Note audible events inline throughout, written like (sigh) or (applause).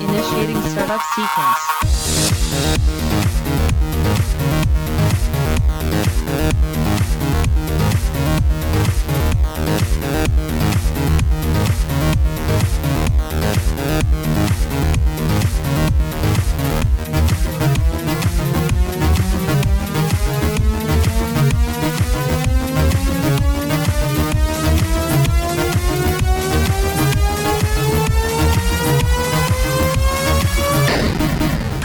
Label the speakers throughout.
Speaker 1: Initiating startup sequence.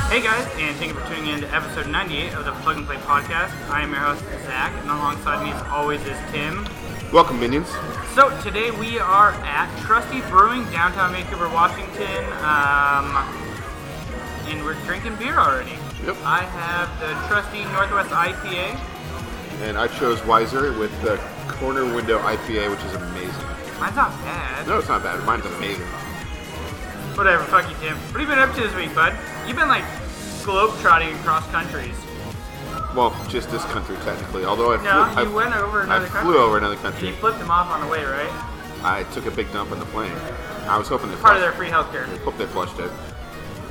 Speaker 2: Hey guys, and thank you for tuning in to episode 98 of the Plug and Play podcast. I am your host, Zach, and alongside me as always is Tim.
Speaker 3: Welcome, minions.
Speaker 2: So today we are at Trusty Brewing, downtown Vancouver, Washington, um, and we're drinking beer already.
Speaker 3: Yep.
Speaker 2: I have the Trusty Northwest IPA.
Speaker 3: And I chose Wiser with the Corner Window IPA, which is amazing.
Speaker 2: Mine's not bad.
Speaker 3: No, it's not bad. Mine's amazing.
Speaker 2: Whatever, fuck you, Tim. What have you been up to this week, bud? You've been like globetrotting across countries.
Speaker 3: Well, just this country technically. Although I flew,
Speaker 2: No,
Speaker 3: I,
Speaker 2: you went over
Speaker 3: I
Speaker 2: another country.
Speaker 3: flew over another
Speaker 2: You
Speaker 3: country.
Speaker 2: flipped them off on the way, right?
Speaker 3: I took a big dump on the plane. I was hoping they
Speaker 2: Part of their
Speaker 3: flushed-
Speaker 2: free healthcare.
Speaker 3: Hope they flushed it.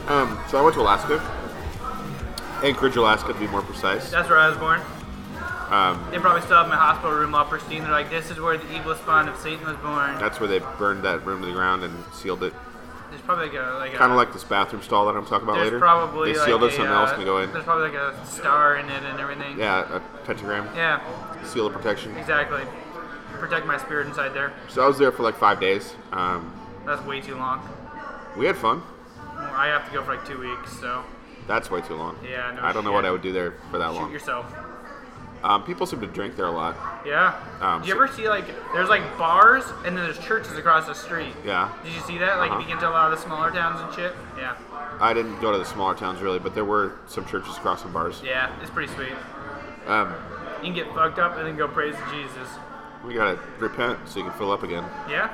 Speaker 3: Um, so I went to Alaska, Anchorage, Alaska, to be more precise.
Speaker 2: That's where I was born.
Speaker 3: Um,
Speaker 2: They probably still have my hospital room all pristine. They're like, this is where the evil spawn of Satan was born.
Speaker 3: that's where they burned that room to the ground and sealed it.
Speaker 2: There's probably like a like a,
Speaker 3: Kind of like this bathroom stall that I'm talking about
Speaker 2: there's
Speaker 3: later.
Speaker 2: probably
Speaker 3: they
Speaker 2: like
Speaker 3: sealed
Speaker 2: a,
Speaker 3: it, something
Speaker 2: uh,
Speaker 3: else can go in.
Speaker 2: There's probably like a star in it and everything.
Speaker 3: Yeah, a pentagram,
Speaker 2: Yeah,
Speaker 3: seal of protection.
Speaker 2: exactly. Protect my spirit inside there.
Speaker 3: So I was there for like five days. Um,
Speaker 2: That's way too long.
Speaker 3: we had fun.
Speaker 2: Well, I have to go for like two weeks, so
Speaker 3: That's way too long.
Speaker 2: Yeah, no
Speaker 3: I don't know what
Speaker 2: shit.
Speaker 3: I would do there for that
Speaker 2: shoot
Speaker 3: long.
Speaker 2: yourself.
Speaker 3: Um, people seem to drink there a lot.
Speaker 2: Yeah.
Speaker 3: Um,
Speaker 2: Do you
Speaker 3: so-
Speaker 2: ever see like there's like bars and then there's churches across the street?
Speaker 3: Yeah.
Speaker 2: Did you see that? Like
Speaker 3: Uh-huh.
Speaker 2: if you get to a lot of the smaller towns and shit. Yeah.
Speaker 3: I didn't go to the smaller towns really, but there were some churches across some bars.
Speaker 2: Yeah, it's pretty sweet.
Speaker 3: Um,
Speaker 2: You can get fucked up and then go praise Jesus.
Speaker 3: we gotta repent so you can fill up again.
Speaker 2: Yeah.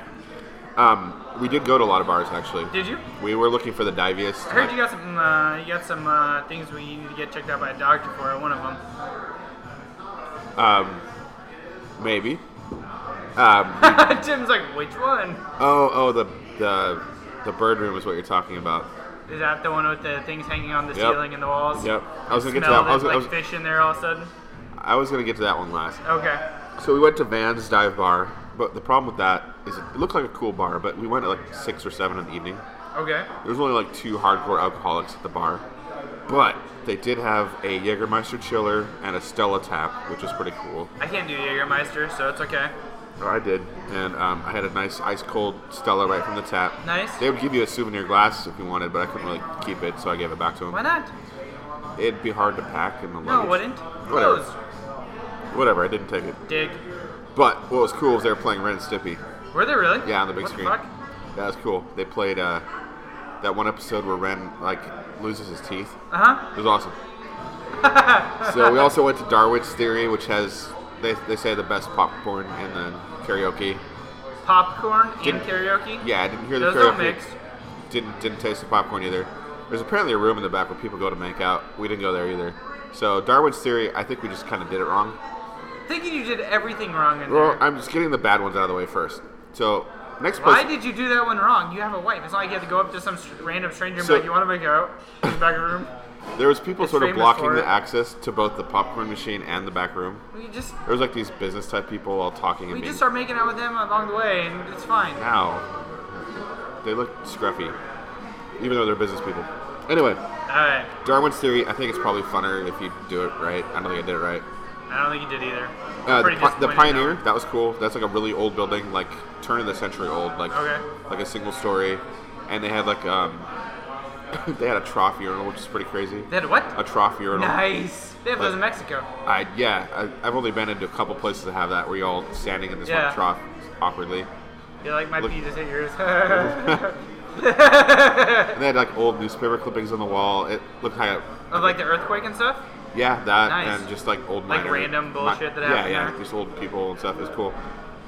Speaker 3: Um, we did go to a lot of bars actually.
Speaker 2: Did you?
Speaker 3: We were looking for the diviest.
Speaker 2: I heard you got some uh, you got some uh, things we need to get checked out by a doctor for. One of them.
Speaker 3: Um, maybe. Um,
Speaker 2: (laughs) Tim's like, which one?
Speaker 3: oh, oh, the the the bird room is what you're talking about.
Speaker 2: Is that the one with the things hanging on the
Speaker 3: Yep.
Speaker 2: ceiling and the walls?
Speaker 3: Yep. I was gonna get to
Speaker 2: Smell
Speaker 3: that. I was,
Speaker 2: like
Speaker 3: I was,
Speaker 2: fish in there all of a sudden.
Speaker 3: I was gonna get to that one last.
Speaker 2: Okay.
Speaker 3: So we went to Van's Dive Bar, but the problem with that is it looked like a cool bar, but we went at like six or seven in the evening.
Speaker 2: Okay.
Speaker 3: There was only like two hardcore alcoholics at the bar, but they did have a Jägermeister chiller and a Stella tap, which was pretty cool.
Speaker 2: I can't do Jägermeister, so it's okay.
Speaker 3: I did, and um, I had a nice ice cold Stella right from the tap.
Speaker 2: Nice.
Speaker 3: They would give you a souvenir glass if you wanted, but I couldn't really keep it, so I gave it back to them.
Speaker 2: Why not?
Speaker 3: It'd be hard to pack in the
Speaker 2: No,
Speaker 3: luggage.
Speaker 2: it wouldn't.
Speaker 3: Whatever.
Speaker 2: Close.
Speaker 3: Whatever, I didn't take it.
Speaker 2: Dig.
Speaker 3: But what was cool was they were playing Ren and Stimpy.
Speaker 2: Were they really?
Speaker 3: Yeah, on the big
Speaker 2: what
Speaker 3: screen.
Speaker 2: The fuck?
Speaker 3: That was cool. They played uh, that one episode where Ren like loses his teeth.
Speaker 2: Uh-huh.
Speaker 3: It
Speaker 2: (laughs)
Speaker 3: was awesome. so we also went to Darwin's Theory, which has they, they say the best popcorn and then karaoke.
Speaker 2: Popcorn and
Speaker 3: Didn't-
Speaker 2: karaoke?
Speaker 3: Yeah, I didn't hear the
Speaker 2: Those
Speaker 3: karaoke.
Speaker 2: are mixed.
Speaker 3: Didn't didn't taste the popcorn either. There's apparently a room in the back where people go to make out. We didn't go there either. So Darwin's Theory, I think we just kind of did it wrong.
Speaker 2: Thinking you did everything wrong in
Speaker 3: Well,
Speaker 2: there.
Speaker 3: I'm just getting the bad ones out of the way first. So next place.
Speaker 2: Why did you do that one wrong? You have a wife. It's not like you have to go up to some str- random stranger and
Speaker 3: So-
Speaker 2: be like, you want to make out in the back
Speaker 3: (coughs)
Speaker 2: room?
Speaker 3: There was people
Speaker 2: It's
Speaker 3: sort of
Speaker 2: famous
Speaker 3: blocking
Speaker 2: for
Speaker 3: the
Speaker 2: it.
Speaker 3: access to both the popcorn machine and the back room.
Speaker 2: We just,
Speaker 3: There was like these business type people all talking and
Speaker 2: we
Speaker 3: being
Speaker 2: just start making out with them along the way, and it's fine.
Speaker 3: Uh, now. They look scruffy, even though they're business people. Anyway,
Speaker 2: All right.
Speaker 3: Darwin's theory. I think it's probably funner if you do it right. I don't think I did it right.
Speaker 2: I don't think you did either.
Speaker 3: Uh,
Speaker 2: I'm
Speaker 3: the,
Speaker 2: pretty
Speaker 3: Pi- the
Speaker 2: disappointed
Speaker 3: Pioneer,
Speaker 2: now.
Speaker 3: that was cool. That's like a really old building, like turn of the century old, like
Speaker 2: Okay.
Speaker 3: like a single story, and they had like um, (laughs) they had a trough urinal, which is pretty crazy.
Speaker 2: They had what?
Speaker 3: A trough urinal.
Speaker 2: Nice. They have those in Mexico.
Speaker 3: I yeah, I, I've only been into a couple places that have that where you're all standing in this
Speaker 2: Yeah.
Speaker 3: one trough awkwardly.
Speaker 2: You're like, my
Speaker 3: (laughs) Look-
Speaker 2: pee just hit yours.
Speaker 3: And they had like old newspaper clippings on the wall. It looked kind of
Speaker 2: (laughs) of like the earthquake and stuff.
Speaker 3: Yeah, that
Speaker 2: Nice.
Speaker 3: and just like old
Speaker 2: Like
Speaker 3: miner-
Speaker 2: random bullshit that
Speaker 3: yeah,
Speaker 2: happened
Speaker 3: Yeah,
Speaker 2: there.
Speaker 3: just old people and stuff. It was cool.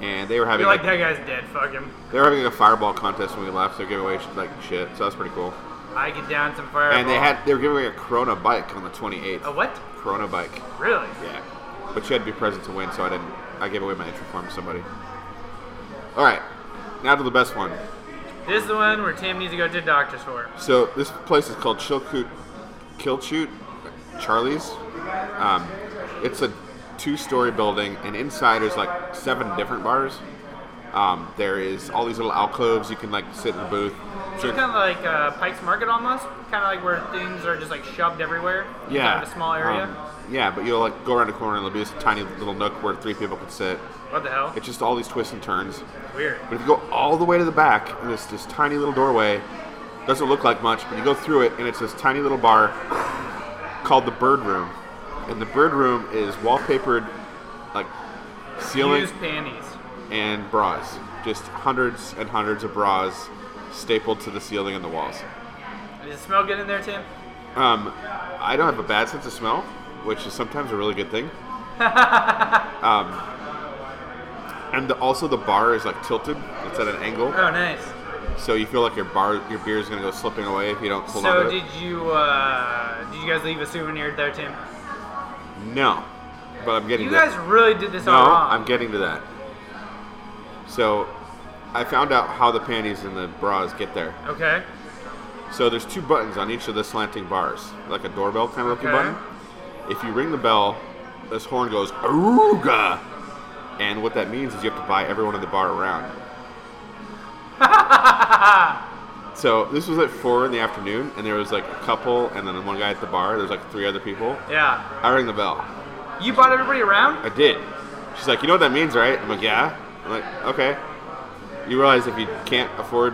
Speaker 3: And they were
Speaker 2: I
Speaker 3: having
Speaker 2: feel like
Speaker 3: like,
Speaker 2: that guy's dead. Fuck him.
Speaker 3: they were having a fireball contest when we left. They gave away like shit, so that's pretty cool.
Speaker 2: I get down some fireball.
Speaker 3: And they had they were giving away a Corona bike on the 28th.
Speaker 2: a what?
Speaker 3: Corona bike,
Speaker 2: Really?
Speaker 3: yeah. But you had to be present to win, so I didn't. I gave away my entry form to somebody. All right, now to the best one.
Speaker 2: This is the one where Tim needs to go to the doctor's for.
Speaker 3: So this place is called Chilcoot, Kilchute, Charlie's. Um, it's a two-story building, and inside there's like seven different bars. Um, there is all these little alcoves you can like sit in the booth.
Speaker 2: So
Speaker 3: drink-
Speaker 2: kind of like uh, Pike's Market almost, kind of like where things are just like shoved everywhere.
Speaker 3: yeah,
Speaker 2: Kind of a small area.
Speaker 3: Um, yeah, but you'll like go around a corner and there'll be this tiny little nook where three people can sit.
Speaker 2: what the hell?
Speaker 3: It's just all these twists and turns.
Speaker 2: Weird.
Speaker 3: But if you go all the way to the back, and it's this tiny little doorway, doesn't look like much, but you go through it, and it's this tiny little bar called the Bird Room. And the Bird Room is wallpapered, like ceiling
Speaker 2: Used panties.
Speaker 3: and bras, just hundreds and hundreds of bras stapled to the ceiling and the walls.
Speaker 2: Does it smell good in there, Tim?
Speaker 3: Um, I don't have a bad sense of smell, which is sometimes a really good thing. um, and the, also the bar is like tilted; it's at an angle.
Speaker 2: Oh, nice.
Speaker 3: So you feel like your bar, your beer is gonna go slipping away if you don't hold on
Speaker 2: so
Speaker 3: to
Speaker 2: did
Speaker 3: it.
Speaker 2: you uh, did you guys leave a souvenir there, Tim?
Speaker 3: No, but I'm getting
Speaker 2: You
Speaker 3: to that.
Speaker 2: guys really did this
Speaker 3: no,
Speaker 2: all wrong.
Speaker 3: I'm getting to that. So I found out how the panties and the bras get there.
Speaker 2: okay.
Speaker 3: So there's two buttons on each of the slanting bars, like a doorbell kind of looking
Speaker 2: Okay.
Speaker 3: button. If you ring the bell, this horn goes "Aruga," and what that means is you have to buy everyone in the bar around. So this was at four in the afternoon, and there was like a couple, and then one guy at the bar. There's like three other people.
Speaker 2: Yeah.
Speaker 3: I rang the bell.
Speaker 2: You bought everybody around?
Speaker 3: I did. She's like, you know what that means, right? I'm like, yeah. I'm like, okay. You realize if you can't afford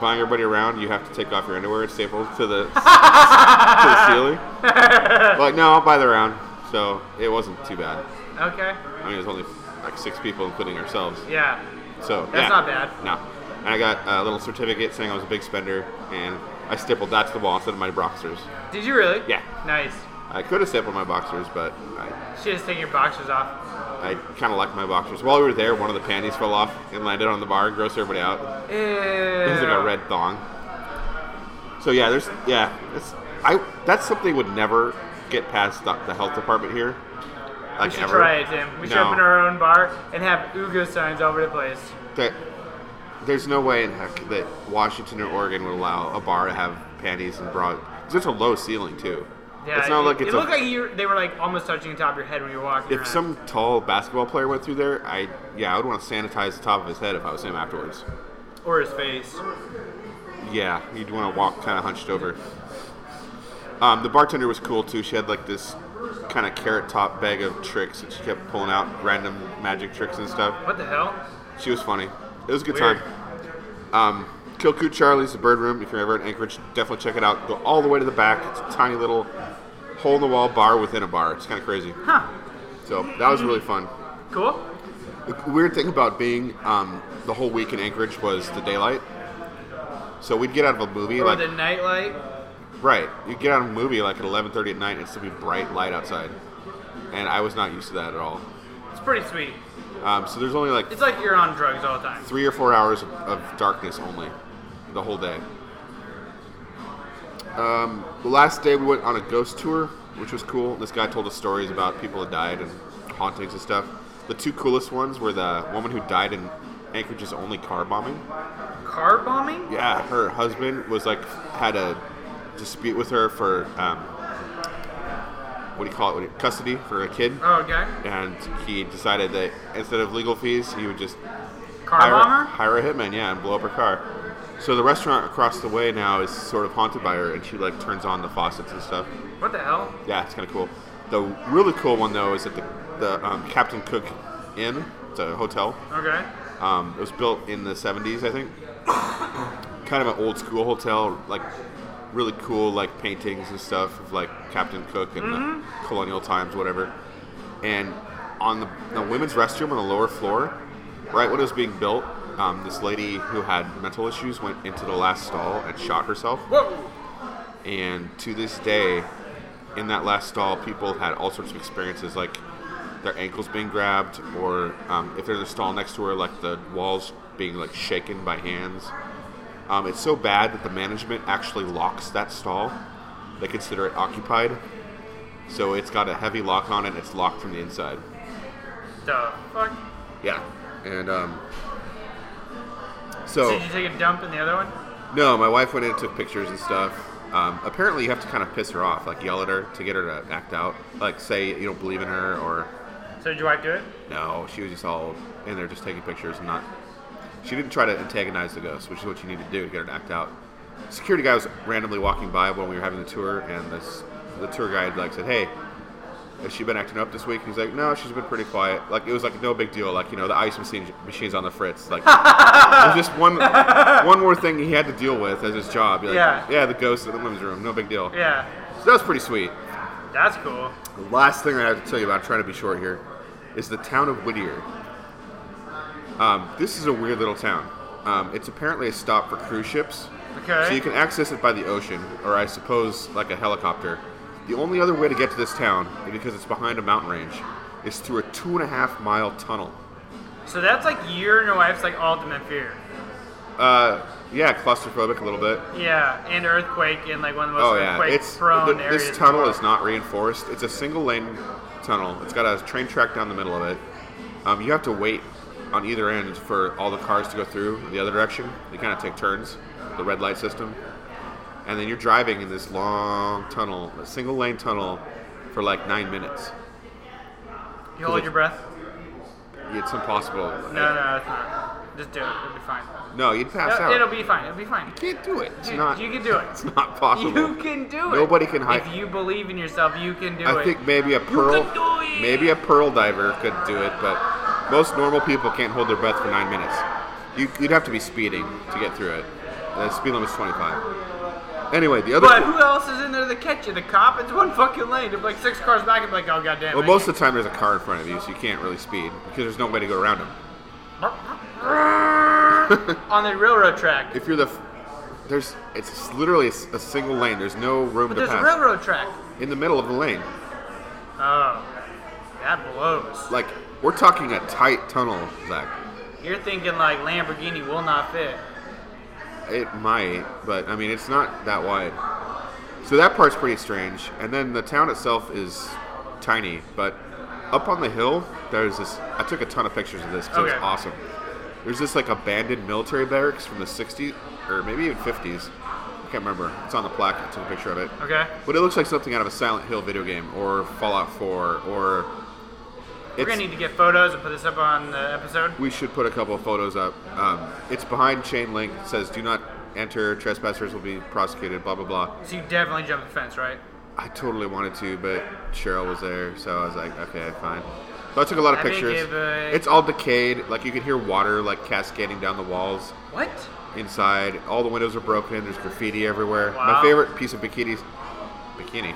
Speaker 3: buying everybody around, you have to take off your underwear and staple to the, (laughs) to the ceiling. I'm like, no, I'll buy the round. So it wasn't too bad.
Speaker 2: Okay.
Speaker 3: I mean, it was only like six people, including ourselves.
Speaker 2: Yeah.
Speaker 3: So
Speaker 2: That's
Speaker 3: yeah.
Speaker 2: not bad.
Speaker 3: No. And I got a little certificate saying I was a big spender, and I stapled that to the wall instead of my boxers.
Speaker 2: Did you really?
Speaker 3: Yeah.
Speaker 2: Nice.
Speaker 3: I could have stapled my boxers, but I
Speaker 2: Should have taken your boxers off.
Speaker 3: I kind of like my boxers. While we were there, one of the panties fell off and landed on the bar and grossed everybody out.
Speaker 2: Ew.
Speaker 3: It was like a red thong. So yeah, there's yeah, it's I that's something would never get past the, the health department here.
Speaker 2: We
Speaker 3: Like
Speaker 2: should
Speaker 3: ever.
Speaker 2: try it, Tim. We should
Speaker 3: No.
Speaker 2: open our own bar and have Ugo signs all over the place.
Speaker 3: There- there's no way in heck that Washington or Oregon would allow a bar to have panties and bra. 'cause it's a low ceiling too.
Speaker 2: Yeah,
Speaker 3: it's not
Speaker 2: it,
Speaker 3: like it's
Speaker 2: it
Speaker 3: a,
Speaker 2: looked like you, they were like almost touching the top of your head when you were walking.
Speaker 3: if
Speaker 2: around.
Speaker 3: some tall basketball player went through there, I yeah, I would want to sanitize the top of his head if I was him afterwards.
Speaker 2: or his face.
Speaker 3: Yeah, you'd want to walk kind of hunched over. Um, the bartender was cool too. She had like this kind of carrot top bag of tricks that she kept pulling out random magic tricks and stuff.
Speaker 2: What the hell?
Speaker 3: She was funny. It was a good
Speaker 2: Weird.
Speaker 3: time. Um, Kilcoot Charlie's, the bird room. If you're ever in Anchorage, definitely check it out. Go all the way to the back. It's a tiny little hole in the wall bar within a bar. It's kind of crazy.
Speaker 2: Huh.
Speaker 3: So that was really fun.
Speaker 2: Cool.
Speaker 3: The weird thing about being um, the whole week in Anchorage was the daylight. So we'd get out of a movie
Speaker 2: Or
Speaker 3: like
Speaker 2: the nightlight.
Speaker 3: Right. You get on a movie like at 11:30 at night, and it's still be bright light outside, and I was not used to that at all.
Speaker 2: It's pretty sweet.
Speaker 3: Um, so there's only like
Speaker 2: It's like you're on drugs all the time.
Speaker 3: three or four hours of, of darkness only, the whole day. Um, the last day we went on a ghost tour, which was cool. This guy told us stories about people that died and hauntings and stuff. The two coolest ones were the woman who died in Anchorage's only car bombing.
Speaker 2: Car bombing?
Speaker 3: Yeah, her husband was like had a dispute with her for um, what do you call it? Custody for a kid,
Speaker 2: Oh, okay.
Speaker 3: and he decided that instead of legal fees, he would just
Speaker 2: Car
Speaker 3: hire,
Speaker 2: bomber?
Speaker 3: hire a hitman, yeah, and blow up her car. So the restaurant across the way now is sort of haunted by her, and she like turns on the faucets and stuff.
Speaker 2: What the hell?
Speaker 3: Yeah, it's kind of cool. The really cool one though is at the, the um, Captain Cook Inn. It's a hotel.
Speaker 2: Okay.
Speaker 3: Um, it was built in the 70s, I think. kind of an old school hotel, like really cool, like paintings and stuff of like Captain Cook and the colonial times, whatever. And on the, the women's restroom on the lower floor, right when it was being built, um, this lady who had mental issues went into the last stall and shot herself.
Speaker 2: Whoa!
Speaker 3: And to this day, in that last stall, people have had all sorts of experiences, like their ankles being grabbed, or um, if they're in the stall next to her, like the walls being like shaken by hands. Um, it's so bad that the management actually locks that stall. They consider it occupied, so it's got a heavy lock on it. It's locked from the inside.
Speaker 2: The fuck?
Speaker 3: Yeah, and um,
Speaker 2: So
Speaker 3: so Oh.
Speaker 2: did you take a dump in the other one?
Speaker 3: no, my wife went in and took pictures and stuff. Um, apparently, you have to kind of piss her off, like yell at her to get her to act out. Like, say you don't believe in her, or
Speaker 2: So did your wife do it?
Speaker 3: no, she was just all in there just taking pictures and not. She didn't try to antagonize the ghost, which is what you need to do to get her to act out. Security guy was randomly walking by when we were having the tour, and this the tour guide like said, "Hey, has she been acting up this week?" And he's like, "No, she's been pretty quiet. Like it was like no big deal. Like you know, the ice machine machine's on the fritz.
Speaker 2: (laughs)
Speaker 3: Like it was just one one more thing he had to deal with as his job. You're like,
Speaker 2: Yeah.
Speaker 3: yeah, the ghost in the women's room, no big deal.
Speaker 2: Yeah.
Speaker 3: So that was pretty sweet.
Speaker 2: That's cool.
Speaker 3: The last thing I have to tell you about, I'm trying to be short here, is the town of Whittier. Um, this is a weird little town. Um, it's apparently a stop for cruise ships.
Speaker 2: Okay.
Speaker 3: So you can access it by the ocean, or I suppose like a helicopter. The only other way to get to this town, because it's behind a mountain range, is through a two and a half mile tunnel.
Speaker 2: So that's like your and your wife's like ultimate fear.
Speaker 3: Uh, yeah, claustrophobic a little bit.
Speaker 2: Yeah, and earthquake in like one of the most
Speaker 3: Oh yeah,
Speaker 2: earthquake
Speaker 3: it's
Speaker 2: prone
Speaker 3: th-
Speaker 2: areas.
Speaker 3: this tunnel is not reinforced. It's a single lane tunnel. It's got a train track down the middle of it. Um, you have to wait on either end for all the cars to go through in the other direction. They kind of take turns. The red light system, and then you're driving in this long tunnel, a single lane tunnel, for like nine minutes.
Speaker 2: You hold your breath.
Speaker 3: It's impossible.
Speaker 2: No, no, it's not. Just do it. It'll be fine.
Speaker 3: No, you'd pass
Speaker 2: No,
Speaker 3: out.
Speaker 2: it'll be fine. It'll be fine.
Speaker 3: you can't do it. It's
Speaker 2: Dude,
Speaker 3: not.
Speaker 2: you can do it.
Speaker 3: (laughs) It's not possible.
Speaker 2: (laughs) You can do it.
Speaker 3: Nobody can hide-
Speaker 2: If you believe in yourself, you can do
Speaker 3: I
Speaker 2: it.
Speaker 3: think maybe a pearl,
Speaker 2: can do it.
Speaker 3: maybe a pearl diver could do it, but most normal people can't hold their breath for nine minutes. You, you'd have to be speeding to get through it. The speed limit's 25. Anyway, the other.
Speaker 2: But who else is in there to catch you? The cop? It's one fucking lane. There's like six cars back and be like, oh goddamn.
Speaker 3: well, most of the time there's a car in front of you, so you can't really speed because there's no way to go around them.
Speaker 2: (laughs) on the railroad track.
Speaker 3: If you're the, f- there's it's literally a, s- a single lane. There's no room
Speaker 2: But
Speaker 3: to
Speaker 2: there's a
Speaker 3: pass
Speaker 2: railroad track.
Speaker 3: in the middle of the lane.
Speaker 2: Oh, that blows.
Speaker 3: Like we're talking a tight tunnel, Zach.
Speaker 2: You're thinking like Lamborghini will not fit.
Speaker 3: It might, but I mean, it's not that wide. So that part's pretty strange. And then the town itself is tiny, but up on the hill, there's this. I took a ton of pictures of this because it
Speaker 2: Okay.
Speaker 3: was awesome. There's this like abandoned military barracks from the 60s or maybe even 50s. I can't remember. It's on the plaque. I took a picture of it.
Speaker 2: Okay.
Speaker 3: But it looks like something out of a Silent Hill video game or Fallout 4 or.
Speaker 2: We're gonna need to get photos and put this up on the episode.
Speaker 3: We should put a couple of photos up. Um, it's behind chain link. It says, "Do not enter. Trespassers will be prosecuted." Blah blah blah.
Speaker 2: So you definitely jumped the fence, right?
Speaker 3: I totally wanted to, but Cheryl was there, so I was like, "Okay, fine." So I took a lot of
Speaker 2: I think
Speaker 3: pictures.
Speaker 2: if, uh,
Speaker 3: It's all decayed. Like you can hear water like cascading down the walls
Speaker 2: What?
Speaker 3: inside. All the windows are broken. There's graffiti everywhere.
Speaker 2: Wow.
Speaker 3: My favorite piece of bikinis. Bikini.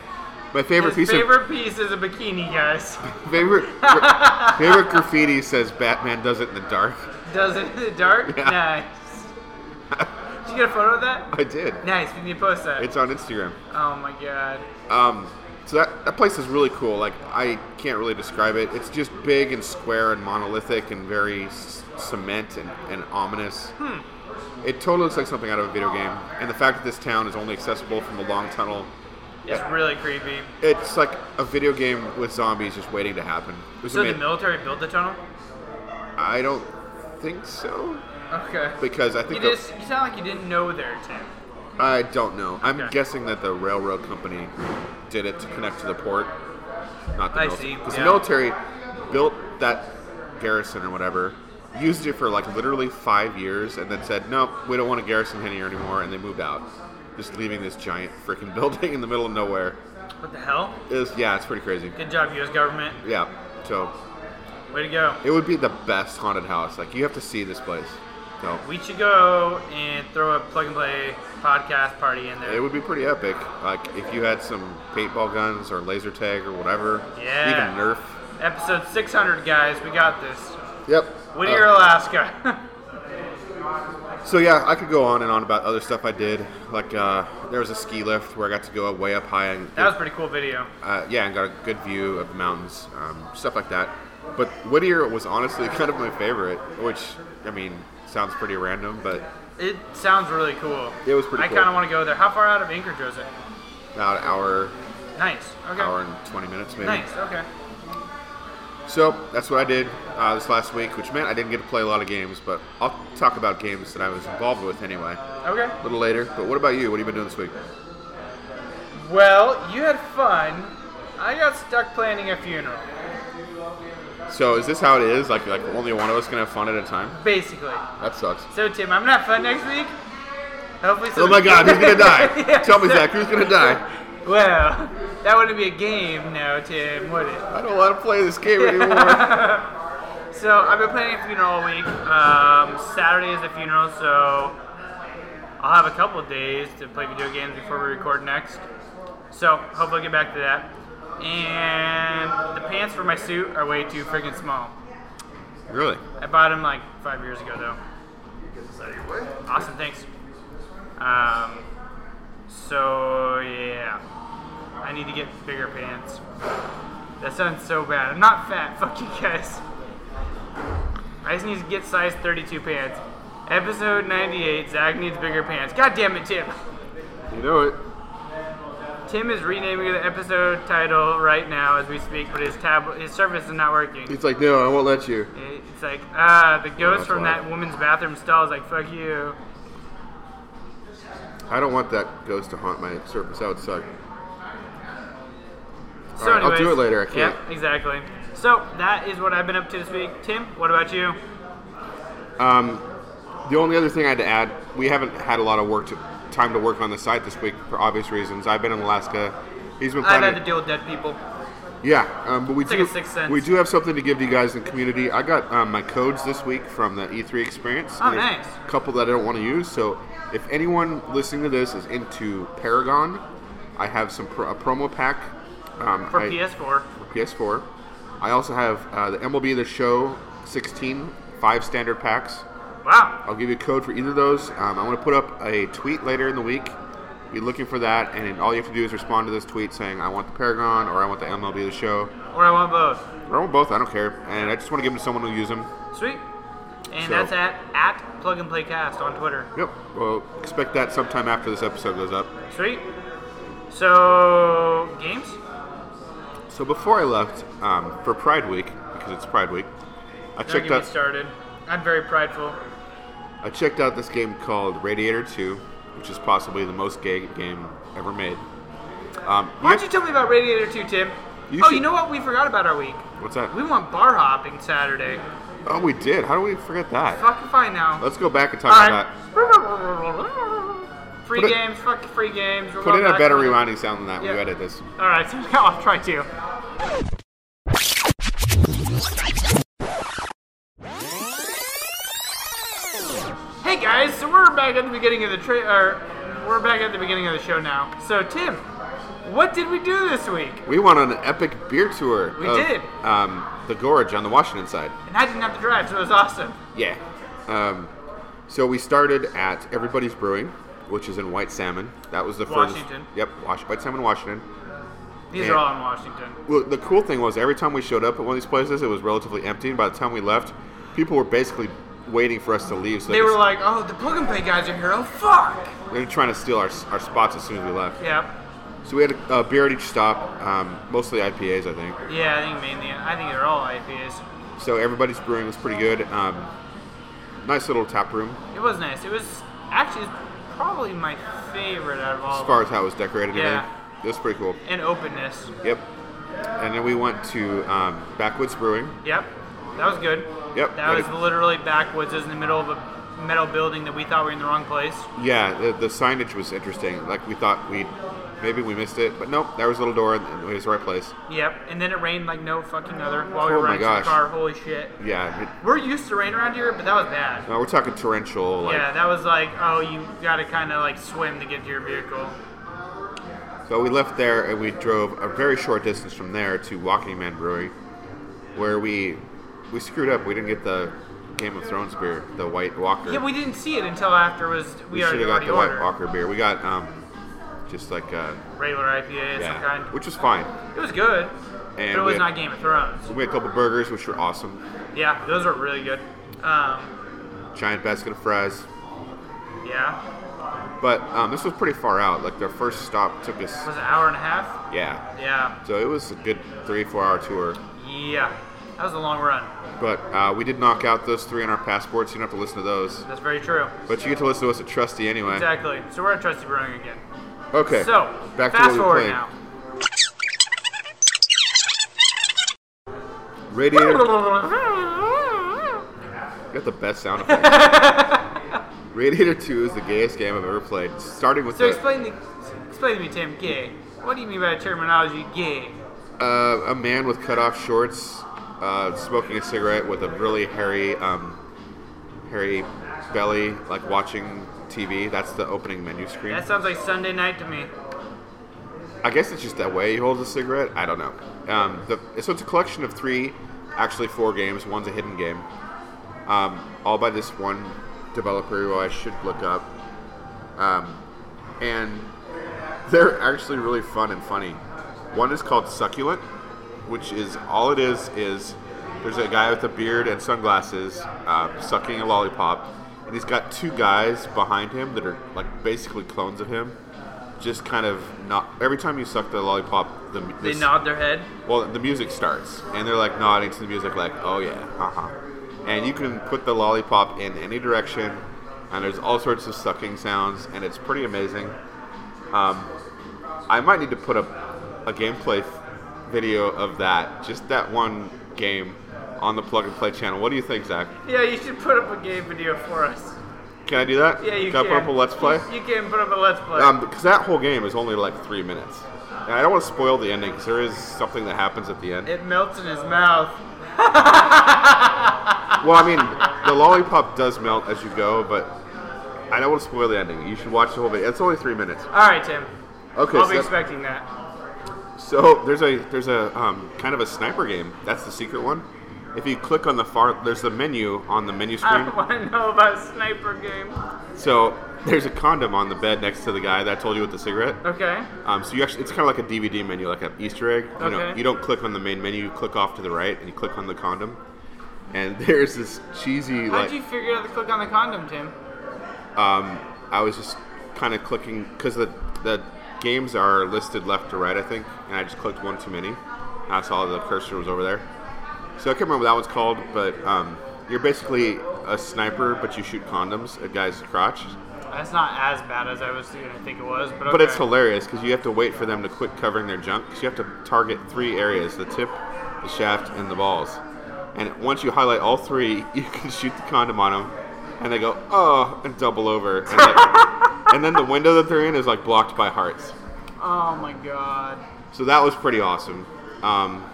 Speaker 3: My favorite
Speaker 2: His
Speaker 3: piece
Speaker 2: favorite piece is a bikini, guys.
Speaker 3: of favorite
Speaker 2: (laughs)
Speaker 3: gra- favorite graffiti says Batman does it in the dark. (laughs)
Speaker 2: Does it in the dark?
Speaker 3: Yeah.
Speaker 2: Nice. Did you get a photo of that?
Speaker 3: I did.
Speaker 2: Nice. We need to post that.
Speaker 3: It's on Instagram.
Speaker 2: oh my god.
Speaker 3: Um, so that, that place is really cool. Like I can't really describe it. It's just big and square and monolithic and very s- cement and, and ominous. It totally looks like something out of a video game. And the fact that this town is only accessible from a long tunnel,
Speaker 2: It's really creepy.
Speaker 3: it's like a video game with zombies just waiting to happen. It was
Speaker 2: So the
Speaker 3: ama-
Speaker 2: military built the tunnel?
Speaker 3: I don't think so
Speaker 2: Okay.
Speaker 3: because I
Speaker 2: You
Speaker 3: think the-
Speaker 2: just you sound like you didn't know there, Tim.
Speaker 3: I don't know. I'm
Speaker 2: Okay.
Speaker 3: guessing that the railroad company did it to connect to the port, not the
Speaker 2: I see,
Speaker 3: military. Because
Speaker 2: yeah.
Speaker 3: the military built that garrison or whatever, used it for like literally five years, and then said, "No, we don't want a garrison here anymore," and they moved out, just leaving this giant freaking (laughs) building in the middle of nowhere.
Speaker 2: What the hell?
Speaker 3: Is yeah, it's pretty crazy.
Speaker 2: Good job, U.S. government.
Speaker 3: Yeah, so
Speaker 2: Way to go.
Speaker 3: it would be the best haunted house. Like you have to see this place. So
Speaker 2: We should go and throw a plug and play podcast party in
Speaker 3: It
Speaker 2: there.
Speaker 3: would be pretty epic. Like if you had some paintball guns or laser tag or whatever.
Speaker 2: Yeah.
Speaker 3: Even Nerf.
Speaker 2: Episode 600, guys. We got this.
Speaker 3: Yep.
Speaker 2: Whittier, Alaska.
Speaker 3: Uh,
Speaker 2: (laughs)
Speaker 3: So yeah, I could go on and on about other stuff I did. Like uh, there was a ski lift where I got to go way up high and
Speaker 2: That was a pretty cool video.
Speaker 3: uh, yeah, and got a good view of the mountains, um, stuff like that. But Whittier was honestly (laughs) kind of my favorite, which I mean sounds pretty random, but
Speaker 2: It sounds really cool.
Speaker 3: It was pretty
Speaker 2: I
Speaker 3: cool.
Speaker 2: kind of want to go there. How far out of Anchorage was it?
Speaker 3: about an hour,
Speaker 2: Nice. Okay.
Speaker 3: hour and twenty minutes maybe.
Speaker 2: Nice. Okay.
Speaker 3: So that's what I did uh, this last week, which meant I didn't get to play a lot of games, but I'll talk about games that I was involved with anyway
Speaker 2: Okay.
Speaker 3: a little later. But what about you? What have you been doing this week?
Speaker 2: Well, you had fun. I got stuck planning a funeral,
Speaker 3: So is this how it is? Like like only one of us can have fun at a time?
Speaker 2: basically.
Speaker 3: That sucks.
Speaker 2: So Tim, I'm gonna have fun next week. Hopefully.
Speaker 3: Oh my God, who's gonna
Speaker 2: (laughs)
Speaker 3: die?
Speaker 2: Yeah,
Speaker 3: Tell me,
Speaker 2: so-
Speaker 3: Zach, who's gonna die?
Speaker 2: Well, that wouldn't be a game, no, Tim, would it?
Speaker 3: I don't want to play this game
Speaker 2: (laughs)
Speaker 3: anymore.
Speaker 2: So I've been planning a funeral all week. Um, Saturday is the funeral, so I'll have a couple of days to play video games before we record next. So hopefully I'll get back to that. And the pants for my suit are way too freaking small.
Speaker 3: really?
Speaker 2: I bought them like five years ago though. Awesome, thanks. Um, so yeah, I need to get bigger pants. That sounds so bad. I'm not fat. (laughs) Fuck you guys. I just need to get size 32 pants. Episode 98. Zach needs bigger pants. God damn it, Tim.
Speaker 3: You know it.
Speaker 2: Tim is renaming the episode title right now as we speak, but his tab, his service is not working.
Speaker 3: It's like, no, I won't let you.
Speaker 2: It's like, ah, the ghost
Speaker 3: that's
Speaker 2: from
Speaker 3: wild.
Speaker 2: that woman's bathroom stall is like, fuck you.
Speaker 3: I don't want that ghost to haunt my surface. That would suck.
Speaker 2: So
Speaker 3: Alright, I'll do
Speaker 2: anyways-
Speaker 3: it later, I can't.
Speaker 2: Yep, exactly. So that is what I've been up to this week. Tim, what about you?
Speaker 3: Um, the only other thing I had to add, we haven't had a lot of work to, time to work on the site this week for obvious reasons. I've been in Alaska. He's been
Speaker 2: I've
Speaker 3: planning.
Speaker 2: had to deal with dead people.
Speaker 3: Yeah, um, but we
Speaker 2: like
Speaker 3: do
Speaker 2: a sixth sense.
Speaker 3: we do have something to give to you guys in the community. I got um, my codes this week from the E3 experience.
Speaker 2: Oh,
Speaker 3: and there's
Speaker 2: nice.
Speaker 3: A couple that I don't want to use. So if anyone listening to this is into Paragon, I have some pro- a promo pack um,
Speaker 2: For
Speaker 3: I-
Speaker 2: PS4.
Speaker 3: for PS4. I also have uh, the MLB The Show 16 five standard packs.
Speaker 2: Wow.
Speaker 3: I'll give you a code for either of those. Um, I'm going to put up a tweet later in the week. Be looking for that, and all you have to do is respond to this tweet saying, I want the Paragon or I want the MLB The Show.
Speaker 2: Or I want both.
Speaker 3: Or I want both, I don't care. And I just want to give them to someone who'll use them.
Speaker 2: Sweet. And
Speaker 3: So-
Speaker 2: that's at, at Plug and Play Cast on Twitter.
Speaker 3: Yep. Well, expect that sometime after this episode goes up.
Speaker 2: Sweet. So, games?
Speaker 3: So before I left um, for Pride Week, because it's Pride Week, I
Speaker 2: Don't
Speaker 3: checked
Speaker 2: get me
Speaker 3: out
Speaker 2: started. I'm very prideful.
Speaker 3: I checked out this game called Radiator 2, which is possibly the most gay game ever made. Um, you
Speaker 2: Why don't
Speaker 3: have-
Speaker 2: you tell me about Radiator 2, Tim?
Speaker 3: You
Speaker 2: oh,
Speaker 3: should-
Speaker 2: you know what? We forgot about our week.
Speaker 3: What's that?
Speaker 2: We went bar hopping Saturday.
Speaker 3: Oh, we did. How do we forget that?
Speaker 2: Fuck if I know.
Speaker 3: Let's go back and talk
Speaker 2: All
Speaker 3: about that.
Speaker 2: right. Free
Speaker 3: Put it-
Speaker 2: games, fuck free games. We're
Speaker 3: Put
Speaker 2: going
Speaker 3: in a
Speaker 2: back
Speaker 3: better
Speaker 2: to the-
Speaker 3: rewinding sound than that. when
Speaker 2: Yeah.
Speaker 3: You edit this.
Speaker 2: All right, (laughs) so I'll try to. Hey guys, so we're back at the beginning of the tra- or we're back at the beginning of the show now. So Tim, what did we do this week?
Speaker 3: We went on an epic beer tour.
Speaker 2: We
Speaker 3: of,
Speaker 2: did.
Speaker 3: Um, the Gorge on the Washington side.
Speaker 2: And I didn't have to drive, so it was awesome.
Speaker 3: Yeah. Um, so we started at Everybody's Brewing, which is in White Salmon. That was the
Speaker 2: Washington.
Speaker 3: first. Yep, Wash, White Salmon, Washington.
Speaker 2: These
Speaker 3: Yeah.
Speaker 2: are all in Washington.
Speaker 3: Well, the cool thing was every time we showed up at one of these places, it was relatively empty. And by the time we left, people were basically waiting for us to leave. So
Speaker 2: They were
Speaker 3: could-
Speaker 2: like, "Oh, the plug and play guys are here." Oh fuck!
Speaker 3: they were trying to steal our, our spots as soon as we left.
Speaker 2: Yeah,
Speaker 3: So we had a, a beer at each stop, um, mostly IPAs, I think.
Speaker 2: yeah. I think mainly, I think they're all IPAs.
Speaker 3: So everybody's brewing was pretty good. Um, nice little tap room
Speaker 2: It was nice. It was actually it's probably my favorite out of all.
Speaker 3: as
Speaker 2: of
Speaker 3: far as how it was decorated. and
Speaker 2: Yeah.
Speaker 3: everything. It was pretty cool.
Speaker 2: them. And openness.
Speaker 3: Yep. And then we went to um, Backwoods Brewing.
Speaker 2: Yep, that was good.
Speaker 3: Yep,
Speaker 2: That
Speaker 3: that
Speaker 2: was
Speaker 3: is-
Speaker 2: literally backwoods. It was in the middle of a metal building that we thought we were in the wrong place.
Speaker 3: Yeah, the, the signage was interesting. Like we thought we, maybe we missed it, but nope, there was a little door and it was the right place.
Speaker 2: Yep. And then it rained like no fucking other while we
Speaker 3: Oh
Speaker 2: were
Speaker 3: my
Speaker 2: running to the
Speaker 3: gosh.
Speaker 2: car. Holy shit.
Speaker 3: Yeah, it,
Speaker 2: We're used to rain around here, but that was bad.
Speaker 3: no, we're talking torrential. Like,
Speaker 2: yeah, that was like, oh, you gotta kind of like swim to get to your vehicle.
Speaker 3: So we left there and we drove a very short distance from there to Walking Man Brewery, where we we screwed up. We didn't get the Game of Thrones beer, the White Walker.
Speaker 2: Yeah, we didn't see it until after it was we,
Speaker 3: we should
Speaker 2: already,
Speaker 3: have got
Speaker 2: already
Speaker 3: the
Speaker 2: ordered
Speaker 3: White Walker beer. We got um, just like uh,
Speaker 2: regular IPA of some
Speaker 3: yeah,
Speaker 2: kind.
Speaker 3: which was fine.
Speaker 2: It was good, but
Speaker 3: And
Speaker 2: it
Speaker 3: we
Speaker 2: was
Speaker 3: had-
Speaker 2: not Game of Thrones.
Speaker 3: We had a couple burgers, which were awesome.
Speaker 2: Yeah, those are really good. Um,
Speaker 3: Giant basket of fries.
Speaker 2: yeah,
Speaker 3: But um, this was pretty far out. Like their first stop took us,
Speaker 2: was it an hour and a half?
Speaker 3: yeah.
Speaker 2: Yeah,
Speaker 3: So it was a good three, four hour tour.
Speaker 2: yeah, that was a long run.
Speaker 3: But uh, we did knock out those three on our passports. You don't have to listen to those.
Speaker 2: That's very true.
Speaker 3: But you get to listen to us at Trusty anyway.
Speaker 2: Exactly. So we're at Trusty Brewing again.
Speaker 3: Okay.
Speaker 2: So
Speaker 3: back
Speaker 2: fast
Speaker 3: to
Speaker 2: forward
Speaker 3: what we played.
Speaker 2: now. (laughs)
Speaker 3: Radiator got the best sound effect.
Speaker 2: (laughs)
Speaker 3: Radiator 2 is the gayest game I've ever played. Starting with
Speaker 2: so
Speaker 3: the,
Speaker 2: explain the, explain to me, Tim. Gay. What do you mean by terminology gay?
Speaker 3: uh, a man with cut off shorts, uh, smoking a cigarette with a really hairy, um, hairy belly, like watching TV. That's the opening menu screen.
Speaker 2: That sounds like Sunday night to me.
Speaker 3: I guess it's just that way he holds a cigarette. I don't know. Um, the, so it's a collection of three, actually four games. One's a hidden game, um, all by this one developer who I should look up. Um, and they're actually really fun and funny. One is called Succulent, which is all it is is there's a guy with a beard and sunglasses um, sucking a lollipop, and he's got two guys behind him that are like basically clones of him. Just kind of not every time you suck the lollipop, the
Speaker 2: They
Speaker 3: this-
Speaker 2: nod their head.
Speaker 3: well, the music starts, and they're like nodding to the music, like, oh yeah, uh huh. And you can put the lollipop in any direction, and there's all sorts of sucking sounds, and it's pretty amazing. Um, I might need to put up a gameplay f- video of that, just that one game, on the Plug and Play channel. What do you think, Zach?
Speaker 2: Yeah, you should put up a gay video for us.
Speaker 3: Can I do that?
Speaker 2: Yeah, you
Speaker 3: can.
Speaker 2: can.
Speaker 3: I put up a Let's Play?
Speaker 2: You, you can put up a let's play.
Speaker 3: Um, because that whole game is only like three minutes. And I don't want to spoil the ending, because there is something that happens at the end.
Speaker 2: it melts in his mouth.
Speaker 3: Well, I mean, the lollipop does melt as you go, but I don't want to spoil the ending. You should watch the whole video. It's only three minutes.
Speaker 2: All right, Tim.
Speaker 3: Okay,
Speaker 2: I'll
Speaker 3: so,
Speaker 2: be
Speaker 3: that-
Speaker 2: expecting that.
Speaker 3: so there's a there's a um, kind of a sniper game. That's the secret one. If you click on the far, there's the menu on the menu screen.
Speaker 2: I want to know about sniper game.
Speaker 3: So there's a condom on the bed next to the guy that I told you with the cigarette.
Speaker 2: Okay.
Speaker 3: Um, so you actually, it's kind of like a DVD menu, like an Easter egg. You know,
Speaker 2: Okay.
Speaker 3: you don't click on the main menu. You click off to the right, and you click on the condom. And (laughs) there's this cheesy
Speaker 2: How'd
Speaker 3: like.
Speaker 2: you figure out to click on the condom, Tim?
Speaker 3: um, I was just kind of clicking because the the games are listed left to right, I think, and I just clicked one too many. And I saw the cursor was over there, so I can't remember what that one's called. But um, you're basically a sniper, but you shoot condoms at guys' crotch.
Speaker 2: That's not as bad as I was gonna think it was, but okay.
Speaker 3: But it's hilarious because you have to wait for them to quit covering their junk. 'cause you have to target three areas: the tip, the shaft, and the balls. And once you highlight all three, (laughs) you can shoot the condom on them, and they go oh and double over. And, like, and then the window that they're in is like blocked by hearts.
Speaker 2: Oh my god.
Speaker 3: So that was pretty awesome. Um,